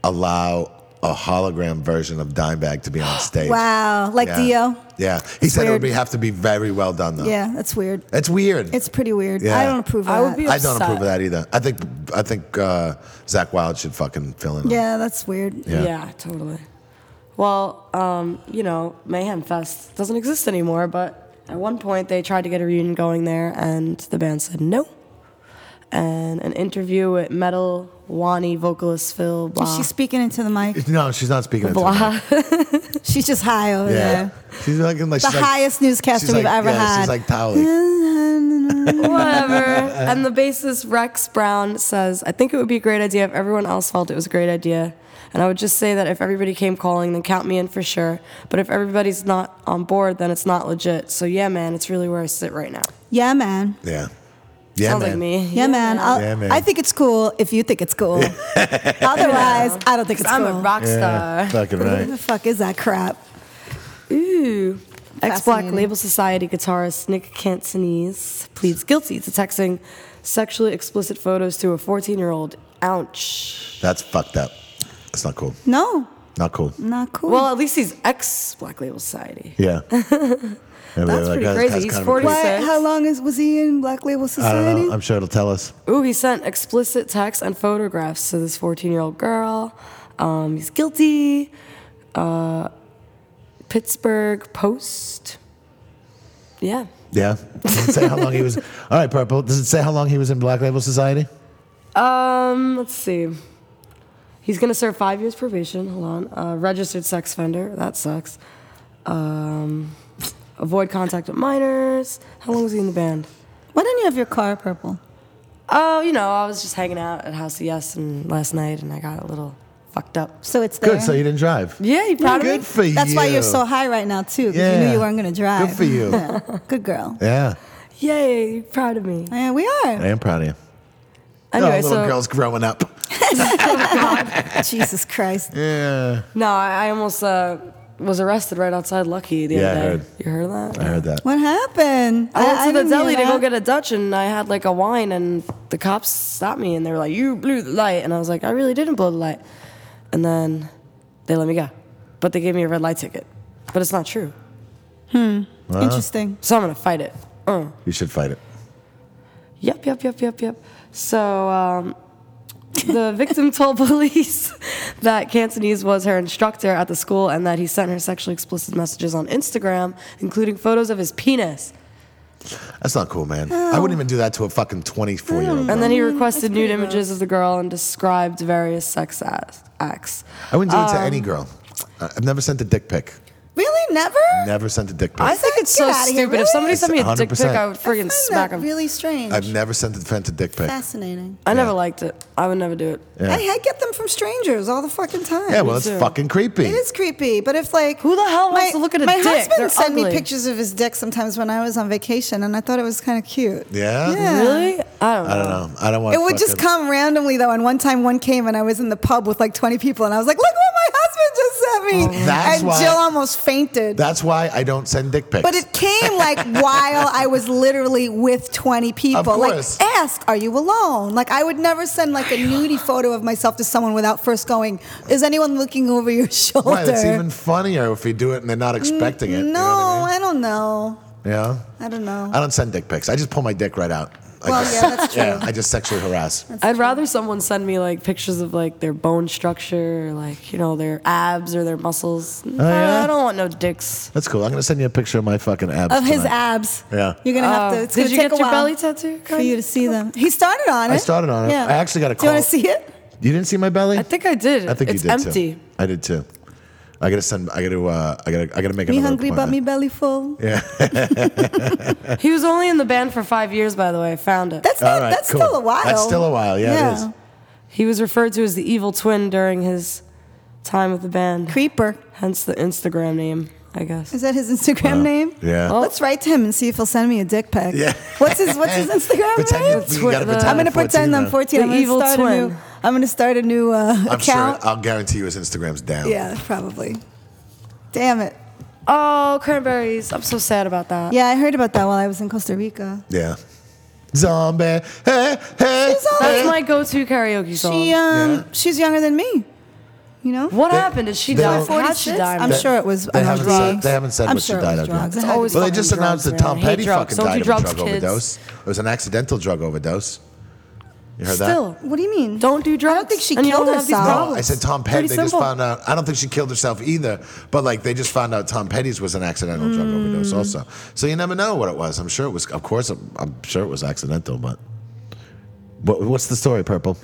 S1: allow a hologram version of Dimebag to be on stage.
S2: Wow, like
S1: Yeah. Uh.
S2: Dio.
S1: Yeah, he said it would
S2: weird.
S1: be, have to be very well done though.
S2: Yeah, that's weird.
S1: it's weird.
S2: It's pretty weird.
S1: Yeah.
S2: I don't approve of
S3: I would
S2: that.
S3: be-
S1: I don't approve of
S3: upset.
S1: that either. I think I think uh, Zach Wild should fucking fill in.
S2: yeah, that's weird.
S1: Yeah.
S3: Yeah, totally. Well, um, you know, Mayhem Fest doesn't exist anymore, but at one point they tried to get a reunion going there, and the band said no. And an interview with metal Wani vocalist Phil Blah.
S2: Is she speaking into the mic?
S1: No, she's not speaking. into the mic.
S3: Blah.
S2: She's just high over
S1: Yeah.
S2: there.
S1: She's like, like
S2: The
S1: she's like-
S2: highest newscaster
S1: she's
S2: we've
S1: like-
S2: ever
S1: yeah,
S2: had. Hmm?
S1: She's like Towley.
S3: Whatever. and the bassist Rex Brown says, I think it would be a great idea if everyone else felt it was a great idea. And I would just say that if everybody came calling, then count me in for sure. But if everybody's not on board, then it's not legit. So yeah, man, it's really where I sit right now.
S2: yeah, man.
S1: Yeah. Yeah,
S3: Sounds
S1: man.
S3: like me.
S2: Yeah, man. I'll,
S1: Yeah, man.
S2: I think it's cool if you think it's cool. Otherwise, I don't think it's
S3: I'm
S2: cool.
S3: a rock
S1: Yeah,
S3: star.
S1: fucking right.
S2: What the fuck is that crap?
S3: Ooh. Ex Black
S2: Fascinating.
S3: Label Society guitarist Nick Cantonese pleads guilty to texting sexually explicit photos to a 14 year old. Ouch.
S1: That's fucked up. That's not cool.
S2: No,
S1: Not cool.
S2: not cool.
S3: Well, at least he's ex Black Label Society.
S1: Yeah. That's
S3: pretty crazy. He's 40
S2: Why,
S3: six.
S2: how long is, was he in Black Label
S1: I
S2: Society?
S1: don't know. I'm sure it'll tell us.
S3: Ooh, he sent explicit text and photographs to this 14 year old girl. Um, he's guilty. Uh, Pittsburgh Post. Yeah.
S1: Yeah. Does it say how long he was? All right, Purple. Does it say how long he was in Black Label Society?
S3: Um, let's see. He's gonna serve five years probation. Hold on. Uh, registered sex offender. That sucks. Um, avoid contact with minors. How long was he in the band?
S2: Why didn't you have your car purple?
S3: Oh, you know, I was just hanging out at House of Yes and last night, and I got a little fucked up.
S2: So it's there.
S1: Good. So you didn't drive.
S3: Yeah, you proud of
S1: Good
S3: me?
S1: for you.
S2: That's why you're so high right now too. 'cause you
S1: Yeah.
S2: knew you weren't going to drive.
S1: Good for you.
S2: Yeah. Good girl.
S1: Yeah.
S3: Yay, you proud of me.
S2: Yeah, we
S1: I
S2: are.
S1: am proud of you.
S3: Anyway,
S1: oh, little
S3: so
S1: girl's growing up.
S2: Jesus Christ.
S1: Yeah.
S3: no, I I almost uh, was arrested right outside Lucky the
S1: Yeah, I
S3: other day.
S1: heard.
S3: You heard that?
S1: I heard that.
S2: What happened?
S3: I went to the
S2: didn't hear
S3: deli to go
S2: that.
S3: get a Dutch, and I had like a wine, and the cops stopped me, and they were like, "You blew the light," and I was like, "I really didn't blow the light," and then they let me go, but they gave me a red light ticket, but it's not true,
S2: Interesting.
S3: so I'm gonna fight it. Uh.
S1: You should fight it.
S3: Yep, yep, yep, yep, yep. So um, the victim told police that Cantonese was her instructor at the school and that he sent her sexually explicit messages on Instagram, including photos of his penis.
S1: That's not cool, man. I wouldn't even do that to a fucking 24 year old.
S3: And then he
S2: Mm, that's
S3: requested nude
S2: pretty gross.
S3: images of the girl and described various sex act- acts.
S1: I wouldn't do it
S2: um,
S1: to any girl. I- I've never sent a dick pic.
S2: Really? Never?
S1: Never sent a dick pic.
S3: I think it's
S2: Get
S3: so
S2: outta here,
S3: stupid.
S2: really?
S3: If somebody sent me a
S1: It's
S3: dick pic,
S1: 100%.
S3: I would
S2: I
S3: friggin'
S2: find
S3: smack
S2: that
S3: him.
S2: really strange.
S1: I've never sent a, sent a dick pic.
S2: Fascinating.
S3: I never liked it. I would never do it.
S2: I,
S1: Yeah.
S2: I get them from strangers all the fucking time.
S1: Yeah, well, it's
S3: too.
S1: fucking creepy.
S2: It is creepy, but if like
S3: Who the hell wants to look at a
S2: my
S3: dick?
S2: My husband
S3: They're
S2: sent me
S3: ugly.
S2: pictures of his dick sometimes when I was on vacation, and I thought it was kind of cute.
S1: Yeah?
S2: Yeah.
S3: Really? I don't know.
S1: I don't know. I don't want.
S2: It would just come randomly though, and one time one came, and I was in the pub with like 20 people, and I was like, "Look what my husband just sent me!"
S1: Oh, That's
S2: and
S1: why-
S2: Jill almost fainted.
S1: That's why I don't send dick pics.
S2: But it came like while I was literally with 20 people.
S1: course.
S2: Like, ask, are you alone? Like, I would never send like a nudie photo of myself to someone without first going, is anyone looking over your shoulder?
S1: Why? It's even funnier if you do it and they're not expecting it.
S2: no,
S1: You know what
S2: I
S1: I
S2: don't know.
S1: mean? Yeah.
S2: I don't know.
S1: I don't send dick pics. I just pull my dick right out. I I
S2: Well,
S1: just,
S2: yeah, that's true.
S1: yeah, I just sexually harass.
S3: I'd rather someone send me like pictures of like their bone structure or like, you know, their abs or their muscles.
S1: Oh, yeah?
S3: I don't want no dicks.
S1: That's cool. I'm gonna send you a picture of my fucking abs.
S2: of his
S1: Uh, tonight.
S2: abs.
S1: Yeah.
S2: You're gonna have to.
S3: Oh,
S2: It's
S3: did
S2: gonna
S3: you
S2: take
S3: get
S2: a
S3: your
S2: while
S3: belly tattoo?
S2: for you to see them? He started on it.
S1: I started on it. I actually got a
S2: Do you want to
S1: call.
S2: see it?
S1: You didn't see my belly?
S3: I think I did.
S1: I think
S3: it's
S1: you did
S3: empty.
S1: too. I did too. I gotta send. I gotta. Uh, I gotta. I gotta make
S2: Me
S1: another
S2: hungry, but me
S1: appointment.
S2: belly full.
S3: He was only in the band for five years, by the way. I found it.
S2: That's
S1: All
S2: not,
S1: right,
S2: that's
S1: cool.
S2: still a while.
S1: That's still a while. Yeah, it is.
S3: He was referred to as the evil twin during his time with the band,
S2: Creeper.
S3: hence the Instagram name, I guess.
S2: Is that his Instagram name?
S1: Yeah.
S3: Oh.
S2: Let's write to him and see if he'll send me a dick pic.
S1: Yeah.
S2: What's his What's his Instagram
S1: Pretend
S2: name?
S1: you, you gotta
S3: Twi-
S1: pretend
S3: the-
S2: I'm gonna
S1: you're 14
S2: pretend I'm
S1: now.
S2: 14.
S3: The
S2: I'm gonna
S3: evil
S2: start a new.
S3: twin.
S2: I'm gonna start a new uh,
S1: I'm
S2: account.
S1: sure. I'll guarantee you his Instagram's down.
S2: yeah, probably. Damn it.
S3: Oh, cranberries. I'm so sad about that.
S2: Yeah, I heard about that while I was in Costa Rica.
S1: Yeah. Zombie. Hey, hey.
S2: She's all-
S3: That's my go to karaoke song.
S2: She um,
S1: Yeah.
S2: she's younger than me. You know.
S3: what happened? Did she
S1: they
S3: die?
S1: don't-
S3: How'd she
S2: 46?
S3: die?
S2: I'm
S1: They-
S2: sure it was
S1: they
S2: on
S1: haven't
S2: drugs.
S1: said- they haven't said
S2: I'm
S1: what she
S2: sure it
S1: died
S2: was
S1: of yet.
S2: drugs.
S3: It's
S2: It had
S3: always
S2: to be.
S1: Well, they
S3: fucking
S1: just announced
S3: drugs,
S1: that Tom
S3: man. Hate
S1: Petty
S3: drugs.
S1: fucking
S3: Don't
S1: died
S3: do
S1: of
S3: drugs,
S1: a drug
S3: kids.
S1: overdose. It was an accidental drug overdose. You heard
S3: Still,
S1: that?
S2: What do you mean?
S3: don't do
S2: I
S3: drugs.
S2: don't think she
S3: and you
S2: killed
S3: don't have these
S2: herself.
S1: No,
S3: problems.
S1: Oh, I said Tom Petty.
S3: Pretty
S1: They just
S3: simple.
S1: found out. I don't think she killed herself either, but like they just found out Tom Petty's was an accidental drug
S2: Mm.
S1: overdose also. So you never know what it was. I'm sure it was. Of course, I'm, I'm sure it was accidental. But what, what's the story, Purple?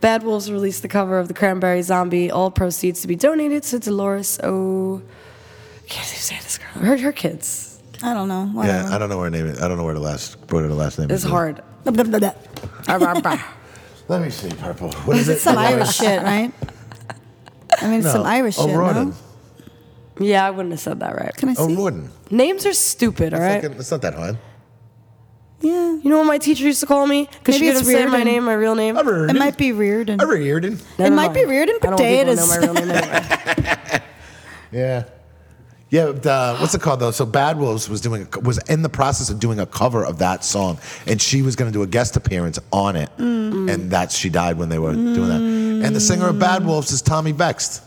S3: Bad Wolves released the cover of the Cranberry Zombie. All proceeds to be donated to Dolores O. Can't even say this girl. Her, her kids.
S2: I don't know. Whatever.
S1: yeah, I don't know where her name. Is. I don't know where the last where the last name
S3: It's
S1: is.
S3: hard.
S2: Blah, blah, blah, blah.
S1: Let me see, Purple. What is it?
S2: It's some Irish shit, right? I mean, it's
S1: No. Oh,
S2: some Irish shit.
S1: O'Rourke.
S2: No?
S3: yeah, I wouldn't have said that right.
S2: Can I see?
S1: O'Rourke.
S3: Names are stupid, all right?
S1: Fucking- Oh, It's not that hard.
S2: Yeah.
S3: You know what my teacher used to call me? Because she
S2: Maybe
S3: didn't
S2: it's
S3: say my
S2: Reardon.
S3: name, my real name. Never
S2: It might be Reardon. and
S1: Reardon.
S2: it might be Reardon
S3: I don't want people to know
S2: potatoes.
S3: my real name anyway.
S1: Yeah. Yeah, but, uh, what's it called though? So Bad Wolves was doing a, was in the process of doing a cover of that song, and she was going to do a guest appearance on it,
S2: Mm.
S1: and that's she died when they were doing that. And the singer of Bad Wolves is Tommy Bext.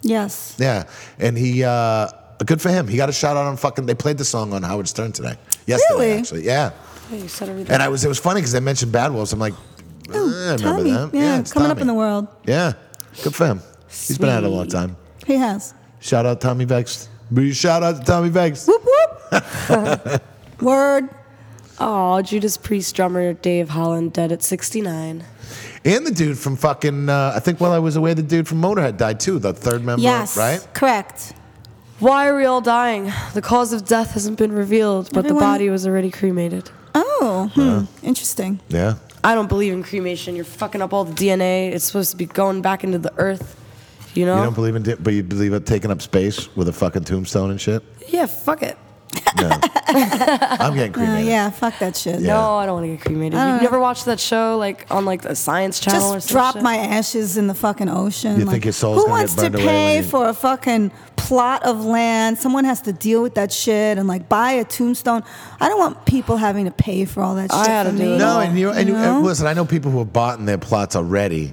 S2: yes.
S1: Yeah, and he uh, good for him. He got a shout out on fucking. They played the song on Howard Stern today, yesterday
S2: Really?
S1: actually. Yeah,
S3: Yeah, you said everything.
S1: and I was it was funny because they mentioned Bad Wolves. I'm like, eh, I remember
S2: Oh, Tommy. Yeah,
S1: that. it's
S2: coming up
S1: Tommy.
S2: in the world.
S1: Yeah, good for him. He's been out a long
S3: Sweet.
S1: time.
S2: He has.
S1: Shout out Tommy Vex. Big shout out to Tommy Vex.
S2: Whoop, whoop. Word.
S3: Oh, Judas Priest drummer Dave Holland dead at 69.
S1: And the dude from fucking, uh, I think while I was away, the dude from Motorhead died too, the third member,
S2: Yes.
S1: right?
S2: Correct.
S3: Why are we all dying? The cause of death hasn't been revealed, but
S2: Everyone-
S3: the body was already cremated.
S2: Oh, hmm.
S1: Uh-huh.
S2: interesting.
S1: Yeah.
S3: I don't believe in cremation. You're fucking up all the DNA. It's supposed to be going back into the earth. You know?
S2: Oh.
S1: You don't believe in, di- but you believe in taking up space with a fucking tombstone and shit?
S3: yeah, fuck it.
S1: No. I'm getting
S2: Uh,
S1: cremated.
S2: yeah, fuck that shit.
S1: Yeah.
S3: No, I don't want to get cremated. You've never watched that show like on like the Science Channel or
S2: Just
S3: some
S2: drop
S3: shit?
S2: my ashes in the fucking ocean.
S1: You think your soul's
S2: Who
S1: gonna get
S2: wants
S1: burned
S2: to
S1: away when
S2: pay
S1: you-
S2: for a fucking plot of land? Someone has to deal with that shit and like buy a tombstone. I don't want people having to pay for all that
S3: I
S2: shit.
S3: had
S2: for
S3: to do
S2: me.
S3: it
S1: No, and you, and you,
S2: You know?
S1: and listen, I know people who have bought in their plots already.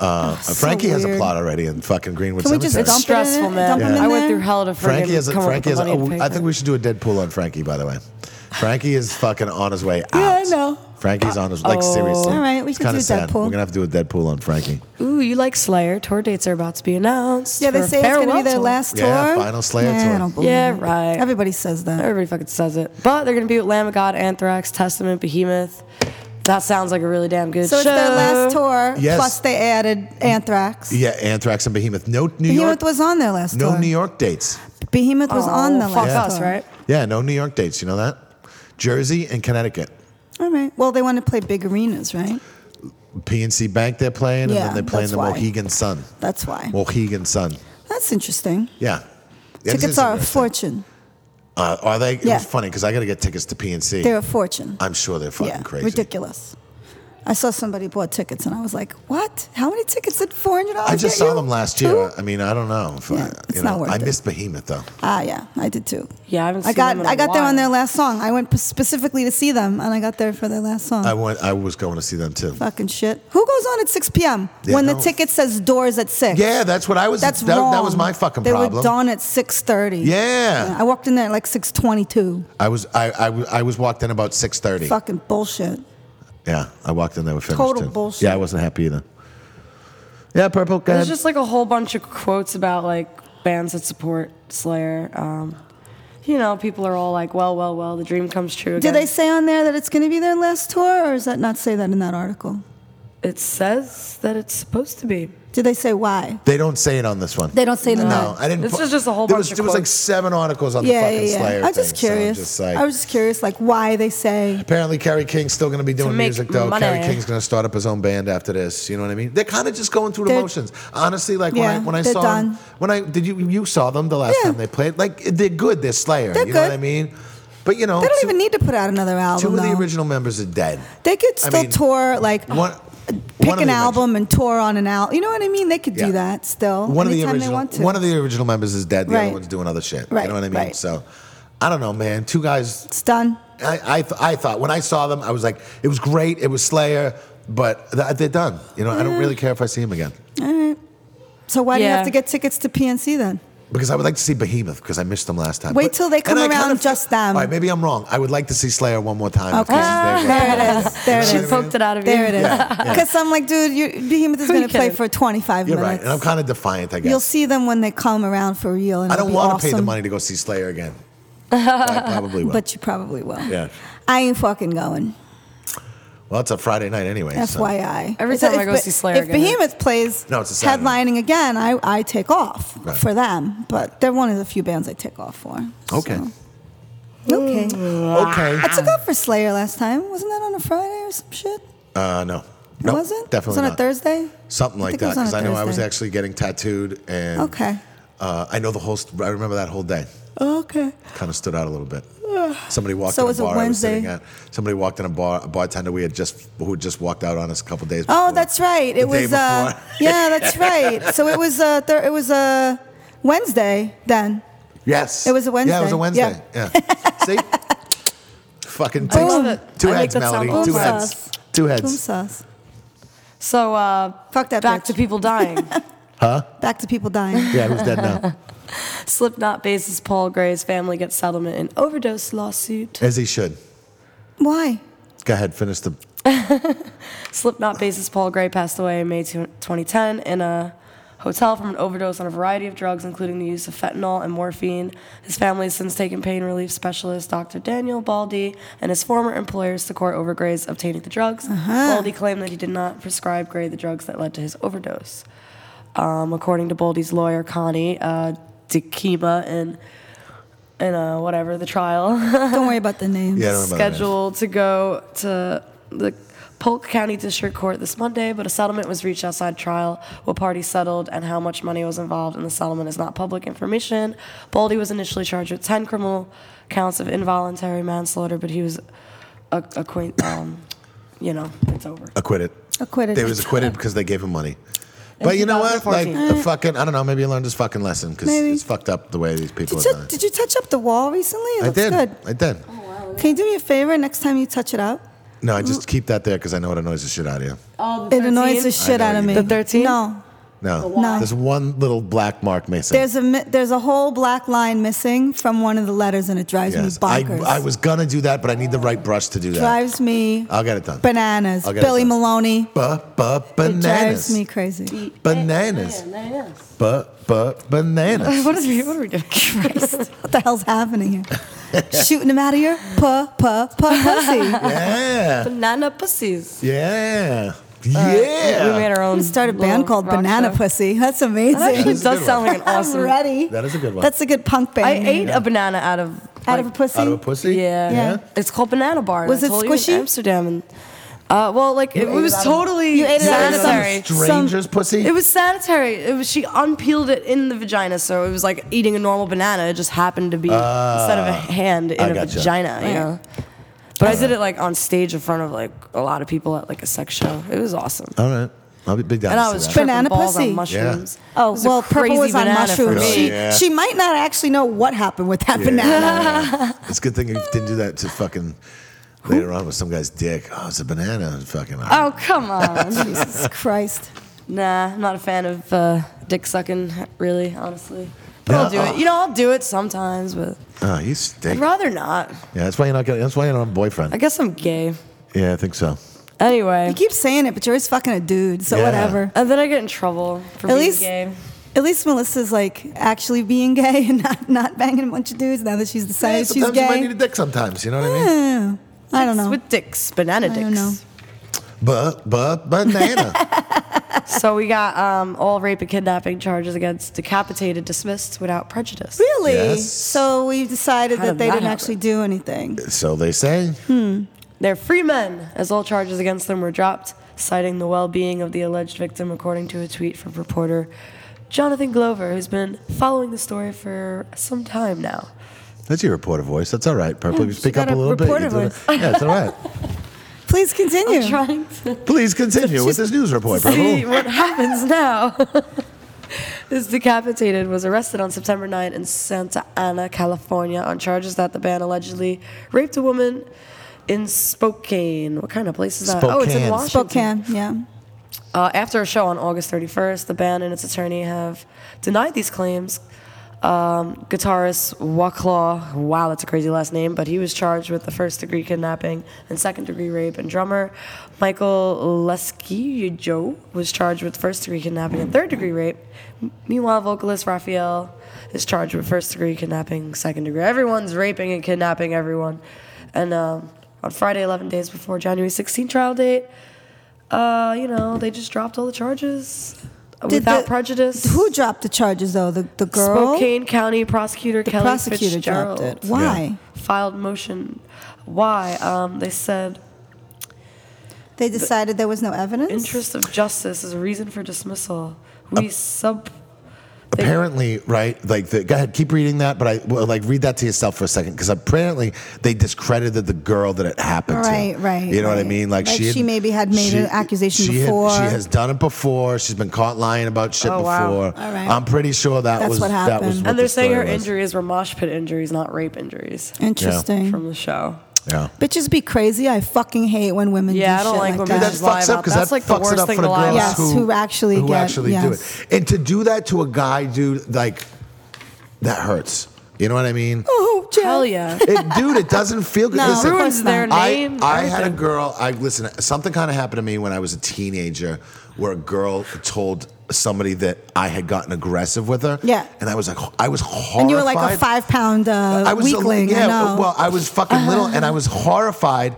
S1: Uh, Frankie has a
S2: Oh, weird.
S1: plot already in fucking Greenwood
S2: Can we
S1: Cemetery.
S2: just
S3: It's
S2: dump it in-
S3: stressful, man.
S2: dump 'em in
S3: I went
S2: there?
S3: through hell to friggin'
S1: Frankie has a
S3: come up
S1: Frankie
S3: with
S1: has.
S3: the money to
S1: A, oh,
S3: pay
S1: I
S3: for
S1: think
S3: it.
S1: we should do a Deadpool on Frankie. By the way, Frankie is fucking on his way out.
S2: Yeah, I know. Oh.
S1: Frankie's on his like seriously.
S2: All right, we
S1: it's
S2: could do
S1: kinda sad.
S2: Deadpool.
S1: We're gonna have to do a Deadpool on Frankie.
S3: Ooh, you like Slayer? Tour dates are about to be announced.
S2: Yeah, they
S3: for
S2: say it's going to be
S3: farewell
S2: their
S3: tour.
S2: last tour.
S1: Yeah, final Slayer
S2: Nah,
S1: tour.
S2: I don't believe
S3: Yeah,
S2: it.
S3: right.
S2: Everybody says that.
S3: Everybody fucking says it, but they're gonna be with Lamb of God, Anthrax, Testament, Behemoth. That sounds like a really damn good
S2: So
S3: show.
S2: it's their last tour.
S1: Yes.
S2: Plus they added Anthrax.
S1: Yeah, Anthrax and Behemoth. No New
S2: Behemoth
S1: York.
S2: was on their last
S1: no
S2: tour.
S1: New York dates.
S2: Behemoth was
S3: Oh,
S2: on the
S3: fuck
S2: last
S3: us,
S2: tour.
S3: right?
S1: Yeah, no New York dates. You know that? Jersey and Connecticut.
S2: All right. Well, they want to play big arenas, right?
S1: PNC Bank they're playing,
S2: Yeah,
S1: and then they're playing
S2: that's
S1: the
S2: why.
S1: Mohegan Sun.
S2: That's why.
S1: Mohegan Sun.
S2: That's interesting.
S1: Yeah. Yeah, this
S2: Tickets
S1: is
S2: are a
S1: interesting.
S2: fortune.
S1: Uh, are they? It
S2: Yeah.
S1: was funny because I got to get tickets to PNC.
S2: They're a fortune.
S1: I'm sure they're fucking
S2: yeah,
S1: crazy.
S2: ridiculous. I saw somebody bought tickets, and I was like, "What? How many tickets did four hundred dollars?"
S1: I just saw them last year.
S2: Two?
S1: I mean, I don't know. If
S2: Yeah,
S1: I,
S2: it's
S1: you
S2: not
S1: know,
S2: worth
S1: I
S2: it.
S1: missed Behemoth though.
S2: Ah, yeah, I did too.
S3: Yeah, I haven't
S2: I
S3: seen
S2: got
S3: them in a
S2: I got there on
S3: while.
S2: their last song. I went specifically to see them, and I got there for their last song.
S1: I went. I was going to see them too.
S2: Fucking shit. Who goes on at six p.m.
S1: Yeah,
S2: when
S1: no.
S2: the ticket says doors at six?
S1: Yeah, that's what I was.
S2: that's
S1: that,
S2: wrong.
S1: that was my fucking
S2: they
S1: problem.
S2: were done at six thirty.
S1: Yeah.
S2: I walked in there at like six twenty-two.
S1: I was. I, I, was- I was walked in about six thirty.
S2: Fucking bullshit.
S1: Yeah, I walked in there with finished
S2: Total
S1: too.
S2: bullshit.
S1: Yeah, I wasn't happy either. Yeah, purple. Go ahead.
S3: There's just like a whole bunch of quotes about like bands that support Slayer. Um, you know, people are all like, well, well, well, the dream comes true.
S2: Did
S3: Again.
S2: they say on there that it's going to be their last tour, or does that not say that in that article?
S3: It says that it's supposed to be.
S2: Did they say why?
S1: they don't say it on this one.
S2: They don't say it in
S1: No,
S2: that.
S1: I didn't.
S3: This
S1: fu-
S3: is just a whole
S1: there
S3: bunch
S1: was,
S3: of
S1: There was like
S3: quotes.
S1: seven articles on the
S2: Yeah, yeah,
S1: fucking
S2: yeah.
S1: Slayer.
S2: I was just
S1: thing, so I'm
S2: curious.
S1: just like-
S2: I was just curious, like why they say.
S1: Apparently, Kerry King's still going to be doing
S3: make
S1: music, though.
S3: money.
S1: Kerry King's going to start up his own band after this. You know what I mean? They're kind of just going through the
S2: They're-
S1: motions. Honestly, like
S2: Yeah,
S1: when I when I
S2: they're
S1: saw
S2: done.
S1: when I did you you saw them the last
S2: Yeah.
S1: time they played. Like they're good. They're Slayer.
S2: They're
S1: you know what
S2: good.
S1: I mean? But you know,
S2: They don't
S1: two,
S2: even need to put out another
S1: two
S2: album.
S1: of the
S2: though.
S1: original members are dead.
S2: They could
S1: I
S2: still
S1: mean,
S2: tour, like
S1: One,
S2: pick
S1: one of
S2: an
S1: the
S2: album and tour on an album. You know what I mean? They could
S1: Yeah.
S2: do that still
S1: one of the
S2: anytime
S1: original
S2: they want to.
S1: one of the original members is dead. The other
S2: Right.
S1: one's doing other shit. You
S2: Right,
S1: know what I mean?
S2: right.
S1: So I don't know, man. Two guys.
S2: it's done.
S1: I I, th- I thought when I saw them, I was like, it was great. It was Slayer, but th- they're done. You know, I don't really care if I see them again
S2: So why do you
S3: Yeah.
S2: have to get tickets to PNC then?
S1: because I would like to see Behemoth because I missed them last time.
S2: Wait till they come
S1: and I
S2: around
S1: kinda fe-
S2: just them.
S1: All right, maybe I'm wrong. I would like to see Slayer one more time. if
S2: Okay.
S1: this is their record.
S2: There it is. There it
S3: She
S2: is.
S3: poked it out of
S2: There
S3: you.
S2: it is.
S1: Yeah, yeah.
S2: Because I'm like, dude, you, Behemoth is
S3: Who you
S2: going to play
S3: kidding?
S2: for 25
S1: You're right,
S2: minutes.
S1: and I'm kind of defiant. I guess
S2: You'll see them when they come around for real. And
S1: I
S2: it'll
S1: don't
S2: be
S1: want to pay the
S2: awesome.
S1: money to go see Slayer again. But I probably will.
S2: But you probably will.
S1: Yeah.
S2: I ain't fucking going.
S1: well, it's a Friday night anyway. so-
S2: FYI.
S3: Every
S2: If-
S3: time I
S2: if-
S3: go see Slayer
S2: If
S3: again,
S2: Behemoth plays
S1: No, it's a Saturday.
S2: headlining again, I, I take off
S1: Right.
S2: for them. But they're one of the few bands I take off for.
S1: Okay. Mm.
S2: So. Okay.
S1: Okay. Um,
S2: I took off for Slayer last time. Wasn't that on a Friday or some shit?
S1: Uh, no.
S2: It
S1: No,
S2: wasn't?
S1: Definitely
S2: It was on
S1: not.
S2: a Thursday?
S1: Something
S2: I
S1: like
S2: think it
S1: that.
S2: was on
S1: Because
S2: a
S1: I know I was
S2: Thursday.
S1: actually getting tattooed and.
S2: Okay.
S1: Uh, I know the whole. St- I remember that whole day.
S2: Okay.
S1: Kind of stood out a little bit. Somebody walked
S2: So
S1: in
S2: it
S1: a
S2: was a
S1: bar I was sitting at.
S2: Wednesday.
S1: Somebody walked in a bar. A bartender we had just who had just walked out on us a couple days.
S2: Oh,
S1: before.
S2: that's right. It
S1: The day
S2: was uh
S1: before.
S2: Yeah, that's right. So it was uh thir- it was uh Wednesday then.
S1: Yes.
S2: It was a
S1: Yeah, it was a
S2: Wednesday.
S1: Wednesday. Yeah. See. Fucking.
S2: Oh,
S1: takes-
S3: love it.
S1: Two
S3: I make
S1: heads,
S3: that sound
S1: Melody. Two
S3: awesome.
S2: Boom
S1: heads.
S2: sauce.
S1: Two heads.
S2: Boom sauce.
S3: So uh,
S2: Fuck that
S3: back
S2: bitch.
S3: to people dying.
S2: Back to people dying.
S1: Yeah, who's dead now?
S3: Slipknot bassist Paul Gray's family gets settlement in overdose lawsuit.
S1: As he should.
S2: Why?
S1: Go ahead. Finish the.
S3: Slipknot bassist Paul Gray passed away in May 2010 in a hotel from an overdose on a variety of drugs, including the use of fentanyl and morphine. His family has since taken pain relief specialist Dr. Daniel Baldy and his former employers to court over Gray's obtaining the drugs. Baldy claimed that he did not prescribe Gray the drugs that led to his overdose. Um, according to Baldy's lawyer, Connie uh, DeKima, and and uh, whatever the trial
S2: Don't worry about the names.
S1: Yeah. I don't know about that.
S3: scheduled to go to the Polk County District Court this Monday, but a settlement was reached outside trial. What party settled and how much money was involved in the settlement is not public information. Baldy was initially charged with 10 criminal counts of involuntary manslaughter, but he was a- acquaint. Um, you know, it's over.
S1: Acquitted.
S2: Acquitted.
S1: They was acquitted because they gave him money. But
S3: In
S1: you know what? Like
S3: 2014.
S1: the fucking, I don't know. Maybe he learned his fucking lesson because
S2: Maybe.
S1: it's fucked up the way these people
S2: Did
S1: are
S2: you,
S1: dying.
S2: did you touch up the wall recently? It
S1: I
S2: looks
S1: did.
S2: good.
S1: I did.
S2: Can you do me a favor next time you touch it up?
S1: No, I
S2: Mm.
S1: just keep that there because I know it annoys the shit out of you.
S2: It annoys the shit
S1: know
S2: out of
S1: you
S2: me.
S1: do.
S3: The 13?
S2: No.
S1: No.
S2: No.
S1: There's one little black mark missing.
S2: There's a mi- there's a whole black line missing from one of the letters and it drives
S1: yes.
S2: me
S1: I,
S2: bonkers.
S1: I was going to do that, but I need the right brush to do that.
S2: drives me
S1: I'll get it done.
S2: bananas.
S1: I'll get it
S2: Billy
S1: done.
S2: Maloney.
S1: Bu- bu-
S2: It drives
S1: bananas.
S2: me crazy.
S1: Bananas. Bu- bu- bananas.
S3: What, is, we- what are we doing? Christ.
S2: What the hell's happening here? Shooting him out of your puh puh puh pussy.
S1: Yeah.
S3: Banana pussies.
S1: Yeah.
S3: We made
S1: Yeah.
S3: our own.
S2: We start a band
S3: little
S2: called
S3: rock
S2: Banana
S3: show.
S2: Pussy. That's amazing.
S3: That actually
S1: That's a good
S3: does sound like an awesome.
S2: I'm ready.
S1: That is a good one.
S2: That's a good punk band.
S3: I ate a banana out of
S2: out
S3: like,
S2: of a pussy.
S1: Out of a pussy?
S3: Yeah.
S2: Yeah.
S3: It's called Banana Bar.
S2: Was
S3: I
S2: it
S3: told you in
S2: squishy?
S3: Amsterdam. And, uh, well, like it,
S2: ate
S3: was
S2: it out of-
S3: totally
S2: You ate it out of some-
S3: sanitary.
S2: Some-
S1: Stranger's pussy?
S3: It was sanitary. It was she unpeeled it in the vagina, so it was like
S2: Uh,
S3: eating a normal banana. It just happened to be instead of a hand in
S1: I
S3: a
S1: gotcha.
S3: vagina.
S2: Right.
S3: You know, But
S2: Uh,
S3: I did it like on stage in front of like a lot of people at like a sex show. It was awesome.
S1: All right. I'll be big down.
S3: And I
S1: to
S3: was
S1: that.
S3: tripping
S2: Banana
S3: balls
S2: pussy.
S3: on mushrooms. It
S2: Oh
S3: was a
S2: well, purple
S3: crazy
S2: was on
S3: banana for
S2: mushrooms.
S3: me.
S2: She
S1: Yeah.
S2: she might not actually know what happened with that
S1: Yeah.
S2: banana.
S1: It's a good thing you didn't do that to fucking later on with some guy's dick. Oh, it's a banana. Fucking.
S3: Oh come on!
S2: Jesus Christ!
S3: nah, I'm not a fan of uh, dick sucking. Really, honestly, but
S1: Yeah.
S3: I'll do it. You know, I'll do it sometimes, but
S1: Oh, you stink.
S3: I'd rather not.
S1: Yeah, that's why you're not. Gonna, that's why you're not a boyfriend.
S3: I guess I'm gay.
S1: Yeah, I think so.
S3: Anyway,
S2: You keep saying it, but you're always fucking a dude, so
S1: Yeah.
S2: whatever.
S3: and then I get in trouble for
S2: At
S3: being
S2: least-
S3: gay.
S2: At least Melissa's like actually being gay and not, not banging a bunch of dudes now that she's
S1: Yeah,
S2: decided she's
S1: sometimes you might need a
S2: gay.
S1: dick. Sometimes you know what I mean.
S2: Yeah. I don't know.
S3: With dicks, banana dicks.
S2: I don't know.
S1: But but banana.
S3: So we got um, all rape and kidnapping charges against decapitated dismissed without prejudice.
S2: Really?
S1: Yes.
S2: So we decided
S3: How
S2: that
S3: did
S2: they
S3: that
S2: didn't
S3: happen?
S2: actually do anything.
S1: so they say.
S3: They're free men, as all charges against them were dropped, citing the well being of the alleged victim, according to a tweet from reporter Jonathan Glover, who's been following the story for some time now.
S1: That's your reporter voice. That's all right. Purple, you speak
S2: got
S1: up a
S2: a
S1: little bit.
S2: reporter
S1: You're doing it. Yeah, it's all right.
S2: Please continue.
S3: I'm trying to
S1: Please continue with this news report,
S3: see
S1: Purple.
S3: what happens now. this decapitated was arrested on September 9 in Santa Ana, California, on charges that the band allegedly raped a woman in Spokane. What kind of place is that? Oh, it's in
S1: Spokane.
S3: Washington.
S2: Spokane, yeah.
S3: Uh, after a show on August 31st, the band and its attorney have denied these claims. Um, guitarist Waklaw, wow, that's a crazy last name, but he was charged with the first degree kidnapping and second degree rape. And drummer Michael Joe was charged with first degree kidnapping and third degree rape. M- Meanwhile, vocalist Raphael is charged with first degree kidnapping, second degree. Everyone's raping and kidnapping everyone. And um, on Friday, 11 days before January 16 trial date, uh, you know, they just dropped all the charges without
S2: the-
S3: prejudice.
S2: Who dropped the charges though? The the girl
S3: Spokane County Prosecutor
S2: the
S3: Kelly
S2: prosecutor
S3: Fitzgerald
S2: dropped it. Why?
S3: filed motion. Why? Um, they said
S2: They decided there was no evidence?
S3: interest of justice is a reason for dismissal. We sub. they-
S1: Apparently, right? Like, the, go ahead, keep reading that, but I well, like read that to yourself for a second because apparently they discredited the girl that it happened
S2: Right,
S1: to.
S2: right,
S1: You know what I
S2: right.
S1: mean? Like,
S2: Like
S1: she, had-
S2: she maybe had made an accusation
S1: she had-
S2: before.
S1: she has done it before. She's been caught lying about shit
S3: Oh, wow.
S1: before.
S2: All right.
S1: I'm pretty sure that
S2: That's
S1: was
S2: what
S1: that was.
S2: happened.
S1: what
S3: and they're
S1: the
S3: saying her
S1: story was.
S3: injuries were mosh pit injuries, not rape injuries
S2: Interesting.
S3: from the show.
S1: Yeah.
S2: Bitches be crazy. I fucking hate when women do
S3: Yeah, I don't
S2: shit
S3: like
S2: like,
S3: when
S2: that.
S3: bitches
S1: That
S3: lie
S1: fucks up
S3: about-
S1: because
S3: that's
S1: that
S3: like the
S1: fucks it
S3: worst
S1: up
S3: thing
S1: for the
S3: to lie
S1: girls
S3: about.
S2: Yes, who actually
S1: who
S2: get-
S1: actually do
S2: yes.
S1: it. And to do that to a guy, dude, like that hurts. You know what I mean?
S2: Oh, Jeff.
S3: Hell yeah!
S1: it, dude, it doesn't feel good.
S2: No,
S1: Listen,
S2: of course
S3: Ruins their
S2: not.
S3: name.
S1: I, I had a
S3: everything.
S1: girl. I listen. Something kind of happened to me when I was a teenager, where a girl told somebody that I had gotten aggressive with her.
S2: Yeah.
S1: and I was like, I was horrified.
S2: And you were like a five pound uh,
S1: I was a-
S2: weakling.
S1: yeah,
S2: I know. Uh-huh.
S1: well, I was fucking little, and I was horrified.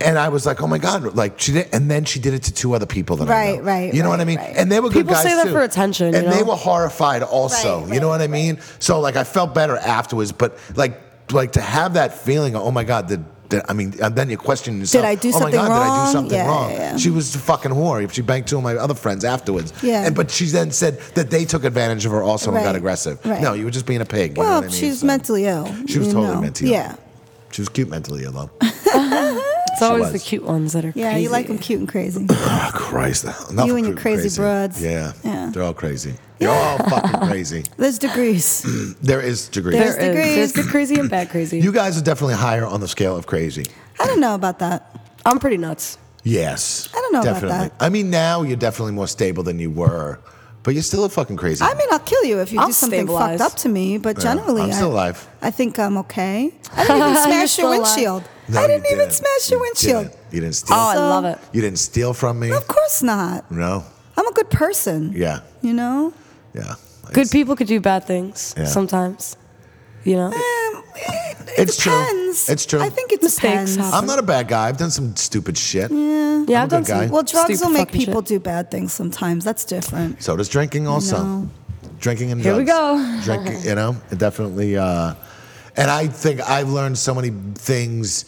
S1: And I was like, "Oh my god!" Like she did, and then she did it to two other people that I
S2: Right,
S1: know.
S2: right,
S1: You know what
S2: right,
S1: I mean?
S2: right.
S1: And they were good
S3: People
S1: guys
S3: say that
S1: too.
S3: for attention, you
S1: and they
S3: know?
S1: were horrified also.
S2: Right,
S1: you know
S2: right,
S1: what I mean? So like, I felt better afterwards, but like, like to have that feeling, of, "Oh my god!" Did, did- I mean, and then you question yourself.
S2: I do
S1: oh
S2: something
S1: my god, Did I
S2: wrong?"
S1: do something
S2: Yeah,
S1: wrong?
S2: yeah, yeah.
S1: She was a fucking whore. If she banged two of my other friends afterwards,
S2: Yeah.
S1: And but she then said that they took advantage of her also and got
S2: Right,
S1: aggressive.
S2: right.
S1: No, you were just being a pig. You know
S2: Well,
S1: what I mean?
S2: she's
S1: So-
S2: mentally ill.
S1: she was
S2: you
S1: totally
S2: know.
S1: mentally ill.
S2: Yeah.
S1: She was cute mentally ill, though.
S3: It's
S1: was.
S3: always the cute ones that are
S2: Yeah,
S3: crazy.
S2: you like them cute and crazy.
S1: oh, Christ. Enough
S2: You
S1: of
S2: and your crazy broads.
S1: Yeah.
S2: Yeah.
S1: They're all crazy. They're all fucking crazy.
S2: There's degrees.
S1: There is degrees.
S2: There-
S3: There is-
S2: degrees.
S3: There's good crazy and bad crazy.
S1: you guys are definitely higher on the scale of crazy.
S2: I don't know about that.
S3: I'm pretty nuts.
S1: Yes.
S2: I don't know about
S1: Definitely.
S2: that.
S1: I mean, now you're definitely more stable than you were, but you're still a fucking crazy.
S2: I mean, I'll kill you if you
S3: I'll
S2: do something
S3: stabilize.
S2: fucked up to me, but generally,
S1: I'm still
S2: I,
S1: alive.
S2: I think I'm okay. I didn't even smash
S3: You're
S2: your
S3: still alive.
S2: windshield.
S1: No,
S2: I
S1: you
S2: didn't even smash your
S1: You
S2: windshield.
S1: didn't. You didn't steal.
S3: Oh, I
S2: So-
S3: love it.
S1: you didn't steal from me.
S2: Of course not.
S1: No.
S2: I'm a good person.
S1: Yeah.
S2: You know?
S1: Yeah.
S3: Good people could do bad things
S1: Yeah.
S3: sometimes. You know?
S2: Um, it, it
S1: It's true.
S2: depends.
S1: It's true.
S2: I think it
S3: Mistakes
S2: depends.
S3: happen.
S1: I'm not a bad guy. I've done some stupid shit.
S3: Yeah, I've
S1: a good
S3: done some
S1: guy.
S2: Well, drugs
S3: stupid
S2: will make
S3: fucking
S2: people
S3: shit.
S2: do bad things sometimes. That's different.
S1: So does drinking also.
S2: No.
S1: Drinking and
S3: Here we
S1: drugs. Drinking, you know, it definitely. Uh, and I think I've learned so many things.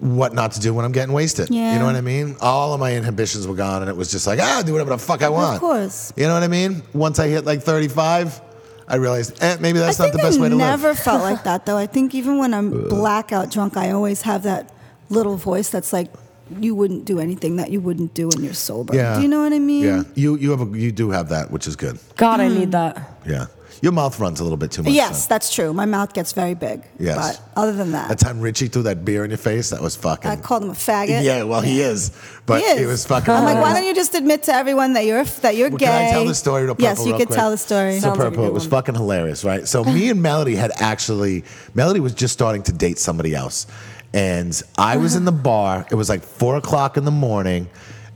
S1: What not to do when I'm getting wasted. You
S2: Yeah.
S1: know what I mean? All of my inhibitions were gone, and it was just like, ah, do whatever the fuck I want.
S2: course.
S1: You know what I mean? Once I hit like 35, I realized eh, maybe that's
S2: I
S1: not
S2: think
S1: the best
S2: I
S1: way to
S2: never
S1: live.
S2: felt like that though. I think even when I'm blackout drunk, I always have that little voice that's like, "You wouldn't do anything that you wouldn't do when you're sober."
S1: Yeah.
S2: Do you know what I mean?
S1: Yeah. You you have a, you do have that, which is good.
S3: God, I need that.
S1: Yeah. Your mouth runs a little bit too much.
S2: Yes,
S1: though.
S2: that's true. My mouth gets very big.
S1: Yes.
S2: But other than that,
S1: That time Richie threw that beer in your face, that was fucking.
S2: I called him a faggot.
S1: yeah, well, he is, but
S2: He is.
S1: it was fucking.
S2: I'm like, why
S1: hilarious.
S2: don't you just admit to everyone that you're that you're
S1: Well,
S2: gay?
S1: can I tell the story to Purple
S2: Yes, you
S1: real
S2: could
S1: quick?
S2: tell the story.
S1: So
S3: Sounds like a
S1: purple,
S3: good
S1: it was
S3: one.
S1: fucking hilarious, right? So me and Melody had actually Melody was just starting to date somebody else, and I was in the bar. It was like four o'clock in the morning,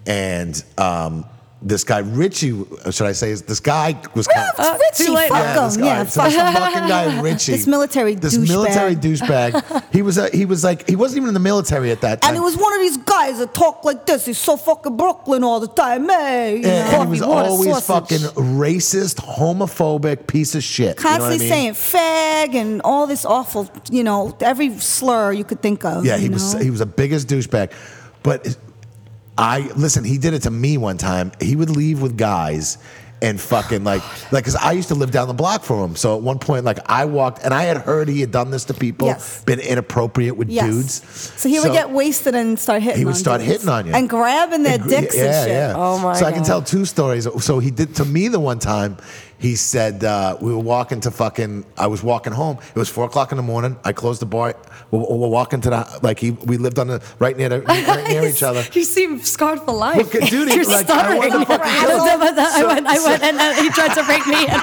S1: and um, this guy Richie, should I say, is this guy was kind of,
S2: Oh, it's
S3: too
S2: Richie,
S3: late
S2: fuck
S3: now.
S2: him.
S1: this
S2: Yeah,
S1: guy. So
S2: fuck
S1: this fucking guy Richie,
S2: This military
S1: this
S2: douchebag.
S1: military douchebag. He was a, he was like he wasn't even in the military at that time.
S2: And it was one of these guys that talk like this. He's so fucking Brooklyn all the time, hey. you
S1: and,
S2: know?
S1: he was
S2: Coffee, water,
S1: always
S2: sausage.
S1: fucking racist, homophobic piece of shit. You know what I
S2: constantly
S1: mean?
S2: saying fag and all this awful, you know, every slur you could think of.
S1: Yeah, he
S2: you
S1: was
S2: know?
S1: he was the biggest douchebag. But I listen. He did it to me one time. He would leave with guys. And fucking like, like, cause I used to live down the block from him. So at one point, like, I walked and I had heard he had done this to people,
S2: Yes.
S1: been inappropriate with
S2: Yes.
S1: dudes.
S2: So he would get wasted and start hitting.
S1: He would
S2: on
S1: start
S2: dudes.
S1: hitting on you.
S2: and grabbing their
S1: And gr-
S2: dicks
S1: yeah,
S2: and shit.
S1: Yeah.
S3: Oh, my
S1: So I can
S3: God.
S1: tell two stories. So he did to me the one time. He said uh, we were walking to fucking. I was walking home. It was four o'clock in the morning. I closed the bar. We're, we're walking to the like he, we lived on the right near the, right near each other.
S3: You seem scarred for life.
S1: Look at duty,
S3: You're
S1: like, I
S3: stuttering.
S1: wanted to fucking
S3: I,
S2: kill
S3: was
S2: him.
S3: about that. I went, I went, and uh, he tried to break me. in.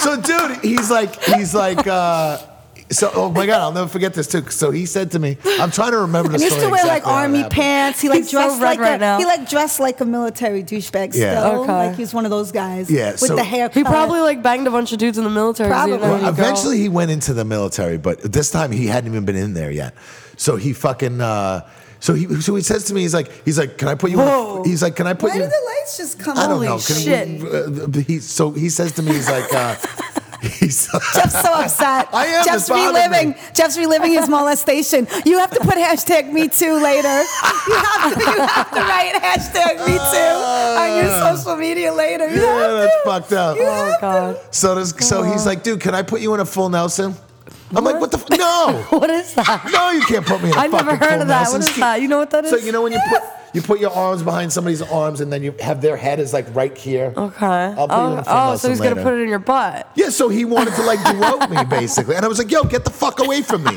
S1: So dude, he's like he's like. Uh, so oh my god, I'll never forget this too. So he said to me, I'm trying to remember the
S2: And he
S1: story.
S2: used to wear like
S1: exactly how it
S2: army
S1: happened.
S2: pants. He like
S3: He's so
S2: dressed
S3: red
S2: like
S3: right
S2: a,
S3: now.
S2: he like dressed like a military douchebag
S1: Yeah.
S2: still.
S3: Okay.
S2: Like he's one of those guys.
S1: Yeah,
S2: With
S1: so-
S2: the haircut.
S3: He probably like banged a bunch of dudes in the military. 'cause he didn't
S2: Probably.
S3: know
S1: Well,
S3: any girl.
S1: eventually he went into the military, but this time he hadn't even been in there yet. So he fucking. Uh, so he so he says to me, he's like, he's like, can I put you?
S3: Whoa.
S1: In a, he's like, can I put
S2: Why
S1: you?
S2: did the lights just come?
S1: I don't
S2: on?
S1: know.
S3: Holy
S1: Can we, uh, he, so he says to me, he's like, uh, he's.
S2: Jeff's so upset.
S1: I am,
S2: Jeff's
S1: it bothered
S2: reliving.
S1: me.
S2: Jeff's reliving his molestation. You have to put hashtag me too later. You have to, you have to write hashtag me too on your social media later. You
S1: Ah. yeah,
S2: have
S1: that's
S2: to.
S1: fucked up.
S2: You
S3: Oh
S2: have
S3: God.
S1: So this, so he's like, dude, can I put you in a full Nelson? I'm like, what the? F- no,
S3: What is that?
S1: no, you can't put me in a
S3: I've
S1: fucking
S3: never heard
S1: full
S3: of that.
S1: Nelson.
S3: What is
S1: Ski-
S3: that? You know what that is?
S1: So you know when you put you put your arms behind somebody's arms and then you have their head is like right here.
S3: Okay.
S1: I'll put you in
S3: oh,
S1: a full
S3: oh, so
S1: Nelson
S3: he's
S1: later.
S3: gonna put it in your butt.
S1: Yeah, so he wanted to like grope me basically, and I was like, "Yo, get the fuck away from me!"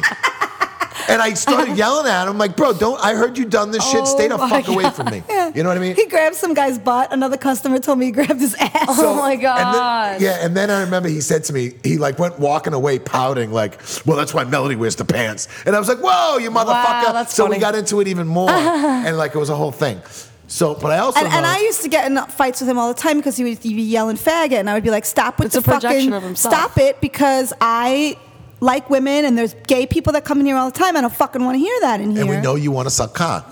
S1: And I started yelling at him, like, "Bro, don't! I heard you done this shit. Stay the
S3: Oh
S1: fuck
S3: my
S1: away from me." You know what I mean?
S2: He grabbed some guy's butt. Another customer told me he grabbed his ass.
S3: Oh my
S1: And
S3: God.
S1: then, yeah, and then I remember he said to me, he like went walking away pouting, like, "Well, that's why Melody wears the pants." And I was like, "Whoa, you motherfucker!"
S3: that's
S1: so we
S3: funny.
S1: got into it even more, and like it was a whole thing. So, but I also
S2: And, and
S1: know-
S2: I used to get in fights with him all the time because he would be yelling faggot, and I would be like, "Stop with
S3: It's
S2: the
S3: a projection
S2: fucking
S3: of himself.
S2: stop it," because I like women, and there's gay people that come in here all the time. I don't fucking want to hear that in here.
S1: and we know you want to suck cock.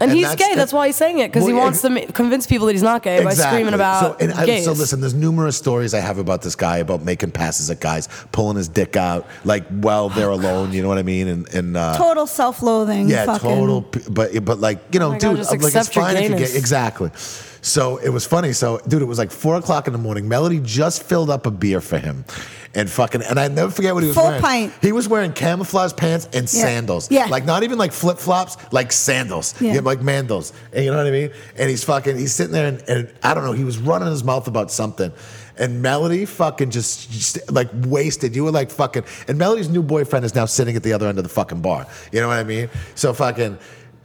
S3: And,
S1: And
S3: he's
S1: that's
S3: gay.
S1: the-
S3: That's why he's saying it because he
S1: Well,
S3: wants to ma- convince people that he's not gay by screaming about
S1: so, and I,
S3: gays.
S1: so listen there's numerous stories i have about this guy about making passes at guys pulling his dick out like while
S3: Oh,
S1: they're alone you know what i mean and, and uh,
S2: total self-loathing.
S1: yeah
S2: fucking.
S1: total p- but but like you know
S3: my God,
S1: dude
S3: just
S1: I'm like it's
S3: accept your
S1: fine if you
S3: gayness.
S1: get exactly so it was funny so dude it was like four o'clock in the morning melody just filled up a beer for him and fucking and i never forget what he was
S2: Full
S1: wearing
S2: pint.
S1: he was wearing camouflage pants and
S2: Yeah.
S1: sandals
S2: Yeah.
S1: like not even like flip-flops like sandals
S2: Yeah.
S1: yeah, like mandals and you know what i mean and he's fucking he's sitting there and, and i don't know he was running his mouth about something and Melody fucking just, just like wasted. You were like fucking. And Melody's new boyfriend is now sitting at the other end of the fucking bar. You know what I mean? So fucking.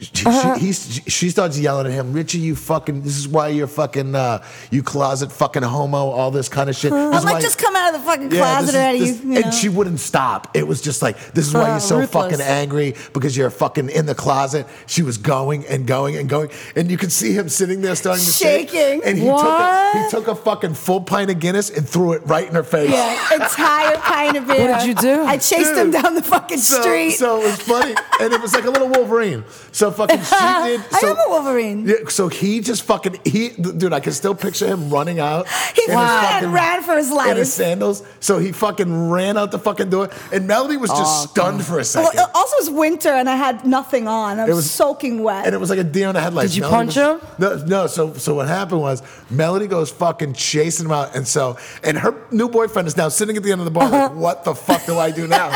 S1: She,
S2: Uh-huh.
S1: she, he's, she starts yelling at him, Richie. You fucking. This is why you're fucking. Uh, you closet fucking homo. All this kind of shit. This
S2: Uh-huh. I'm
S1: is
S2: like,
S1: why-
S2: just come out of the fucking
S1: yeah,
S2: closet
S1: this is-
S2: already.
S1: this-
S2: you, you know?
S1: And she wouldn't stop. It was just like, this is why
S3: Uh,
S1: you're so
S3: ruthless.
S1: fucking angry because you're fucking in the closet. She was going and going and going. And you could see him sitting there starting to shake.
S2: Shaking.
S1: And he
S3: What?
S1: took a, he took a fucking full pint of Guinness and threw it right in her face.
S2: yeah, entire pint of beer.
S3: What did you do?
S2: I chased him
S1: Dude.
S2: down the fucking
S1: So,
S2: street.
S1: so it was funny, and it was like a little Wolverine. So so fucking she did.
S2: I
S1: So,
S2: am a Wolverine.
S1: Yeah, so he just fucking he, dude. I can still picture him running out.
S2: He
S1: in his
S2: ran,
S1: fucking-
S2: ran for his
S1: In his
S2: life.
S1: sandals, so he fucking ran out the fucking door, and Melody was just stunned for a second.
S2: Well, also, it's winter and I had nothing on. I was,
S1: was-
S2: soaking wet.
S1: And it was like a deer in the headlights.
S3: Did you
S1: Melody
S3: punch
S1: was- No, no. So, so what happened was Melody goes fucking chasing him out, and so and her new boyfriend is now sitting at the end of the bar. Like, what the fuck do I do now?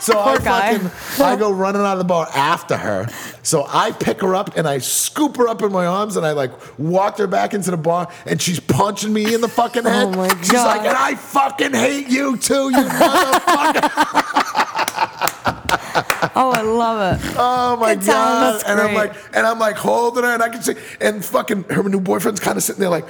S1: So I
S3: Uh-huh. Poor guy.
S1: fucking I go running out of the bar after her. So I pick her up and I scoop her up in my arms and I like walked her back into the bar and she's punching me in the fucking head.
S3: Oh my
S1: she's like,
S3: God.
S1: and I fucking hate you too, you motherfucker.
S3: Oh, I love it.
S1: Oh my
S2: Good times.
S1: god!
S2: That's
S1: And I'm
S3: great.
S1: like, and I'm like holding her, and I can see, and fucking her new boyfriend's kind of sitting there like,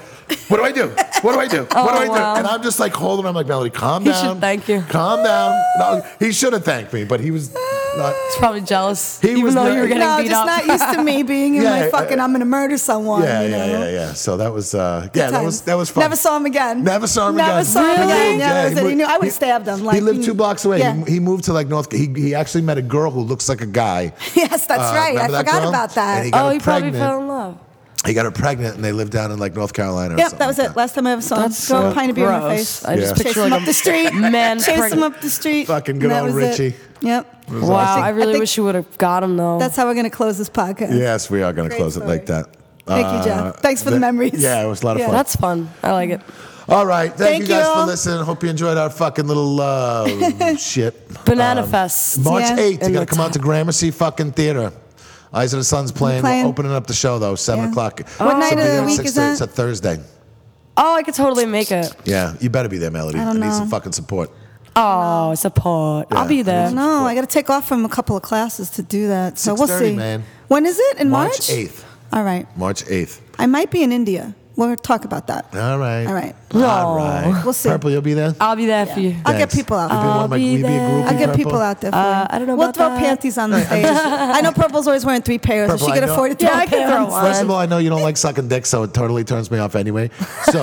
S1: "What do I do? What do I do? What do I do?"
S3: Oh, wow.
S1: And I'm just like holding. her. I'm like, Melody, calm
S3: He should
S1: down.
S3: thank you.
S1: Calm down. No, he should have thanked me, but he was not.
S3: It's probably jealous.
S1: He
S3: even
S1: was
S3: though
S1: not-
S3: you were getting
S2: no,
S3: beat
S2: just
S3: up.
S2: not used to me being in
S1: Yeah,
S2: my
S1: yeah,
S2: fucking.
S1: yeah.
S2: I'm gonna murder someone.
S1: Yeah,
S2: you
S1: yeah,
S2: know?
S1: yeah, yeah. So that was, uh, yeah, that
S2: times.
S1: was that was fun.
S2: Never saw him again.
S1: Never saw him
S2: Never
S1: again.
S2: saw him again. Yeah, I
S1: he
S2: said he
S1: moved-
S2: knew- I would've stabbed him,
S1: he
S2: like, "Mm."
S1: lived
S2: he-
S1: two blocks away.
S2: yeah.
S1: He, he moved to like North. He, he actually met a girl who looks like a guy.
S2: Yes, that's
S1: Uh,
S2: right. I
S1: remember that
S2: forgot
S1: girl?
S2: about that.
S1: And he got
S3: Oh,
S1: her
S3: he probably
S1: pregnant.
S3: fell in love.
S1: He got her pregnant, and they lived down in like North Carolina. Or
S2: Yep,
S1: something
S2: that was
S1: like
S2: it. Last time I ever saw him.
S3: That's
S2: Throw
S3: so
S2: a pint of beer in my
S3: gross.
S2: face.
S3: I just
S1: Yeah.
S2: Chase
S3: picture
S2: him
S3: like
S2: up
S3: a
S2: the street.
S3: man
S2: Chase him
S3: pregnant.
S2: up the street.
S1: Fucking good
S2: and that
S1: old
S2: was it.
S1: Richie.
S2: Yep.
S3: Wow,
S1: awesome.
S3: I really
S2: I think-
S3: wish you would have got him though.
S2: That's how we're gonna close this podcast.
S1: Yes, we are going to
S2: Great
S1: close it
S2: story.
S1: like that. Uh,
S2: Thank you, Jeff. Thanks for the
S1: th-
S2: memories.
S1: Yeah, it was a lot of
S2: Yeah.
S1: fun.
S3: That's fun. I like it.
S1: All right. Thank,
S2: Thank
S1: you guys
S2: you.
S1: for listening. Hope you enjoyed our fucking little uh, shit.
S3: Banana Fest.
S1: March
S2: Yeah.
S1: 8th, you
S3: In
S1: got to
S3: the
S1: come out to Gramercy fucking theater. Eyes of the Sun's playing.
S2: playing.
S1: We're opening up the show, though, 7
S2: Yeah.
S1: o'clock.
S2: What night
S1: Be
S2: of the
S1: on
S2: week
S1: 6th.
S2: is that?
S1: It's a Thursday.
S3: Oh, I could totally make it.
S1: Yeah, you better be there, Melody. I,
S2: don't
S1: need
S2: know.
S1: some fucking support.
S3: Oh, support.
S1: Yeah.
S3: I'll be there.
S2: No, I got to take off from a couple of classes to do that. So we'll
S1: 6:30,
S2: see.
S1: man.
S2: When is it? In March?
S1: March 8th.
S2: All right.
S1: March 8th.
S2: I might be in India. We'll talk about that.
S1: All right.
S2: All right.
S1: All right.
S2: We'll see.
S1: Purple, you'll be there?
S3: I'll be there for you.
S2: I'll get
S1: Thanks.
S2: people out.
S1: You've been one of my-
S3: I'll be
S1: will you be a
S3: there.
S1: groupie,
S2: I'll get
S1: Purple?
S2: people out there for
S3: Uh,
S2: you.
S3: I don't know
S2: We'll
S3: about
S2: throw
S3: that.
S2: panties on the stage. I know Purple's always wearing three pairs,
S1: Purple,
S2: so
S1: I
S2: she can
S1: know-
S2: afford to throw
S3: Yeah, I can
S2: pairs.
S3: throw one.
S1: First of all, I know you don't like sucking dick, so it totally turns me off anyway. So,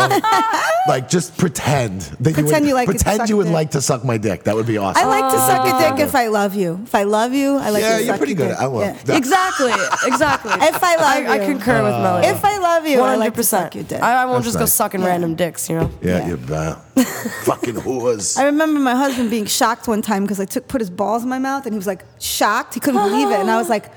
S1: like, just pretend that you would,
S2: Pretend you like to
S1: pretend
S2: suck
S1: you would
S2: dick.
S1: like to suck my dick. That would be awesome.
S2: I like to suck a
S1: Oh.
S2: dick if I love you. If I love you, I like
S1: Yeah,
S2: to
S1: you're
S2: suck
S1: pretty
S2: your
S1: good.
S2: dick.
S1: I will.
S2: Yeah.
S3: Exactly. Exactly.
S2: If I love
S3: I, Uh, I
S2: you.
S3: concur with
S1: Oh,
S3: Melody.
S2: If I love you, I like to
S3: 100%.
S2: suck your dick.
S3: I, I won't
S1: That's
S3: just go
S1: nice.
S3: sucking random dicks, you know?
S1: yeah,
S2: yeah.
S1: you bet. fucking whores.
S2: I remember my husband being shocked one time because I took put his balls in my mouth and he was like shocked. He couldn't believe it, and I was like,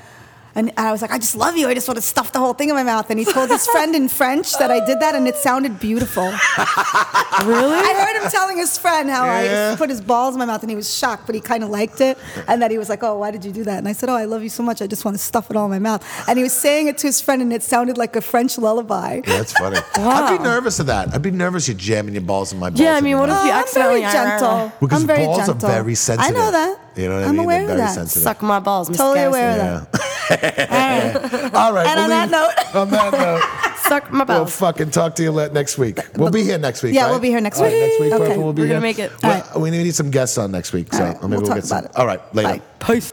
S2: and I was like, I just love you. I just want to stuff the whole thing in my mouth. And he told his friend in French that I did that, and it sounded beautiful.
S3: Really?
S2: I heard him telling his friend how
S1: Yeah.
S2: I put his balls in my mouth, and he was shocked, but he kind of liked it, and that he was like, "Oh, why did you do that?" And I said, "Oh, I love you so much. I just want to stuff it all in my mouth." And he was saying it to his friend, and it sounded like a French lullaby.
S1: Yeah, that's funny. I'd be nervous of that. I'd be nervous you're jamming your balls in my balls.
S3: Yeah, I
S1: in
S3: mean,
S1: your
S3: what if
S1: mouth.
S2: Oh,
S3: you
S2: I'm
S3: accidentally
S2: very gentle.
S1: Because
S2: I'm very
S1: balls
S2: gentle.
S1: are very sensitive.
S2: I know that.
S1: You know what I
S2: I'm
S1: mean?
S2: aware
S1: They're
S2: of
S1: very
S2: that.
S1: sensitive.
S3: Suck my balls, Miss
S2: Totally
S3: Garrison.
S2: aware of that.
S1: All right.
S2: And
S1: we'll
S2: on that
S1: leave- on that note,
S3: Suck my
S1: we'll
S3: balls.
S1: fucking talk to you le- next week. We'll be here next week.
S2: Yeah,
S1: right?
S2: we'll be here next
S1: All right,
S2: week.
S1: next week,
S2: Okay.
S1: Purple will be
S3: We're
S1: here.
S3: gonna make it.
S1: Well,
S2: All right.
S1: We need some guests on next week, so
S2: All right,
S1: maybe
S2: we'll
S1: we'll,
S2: talk
S1: get some.
S2: about it.
S1: All right, later.
S2: Bye.
S3: Peace.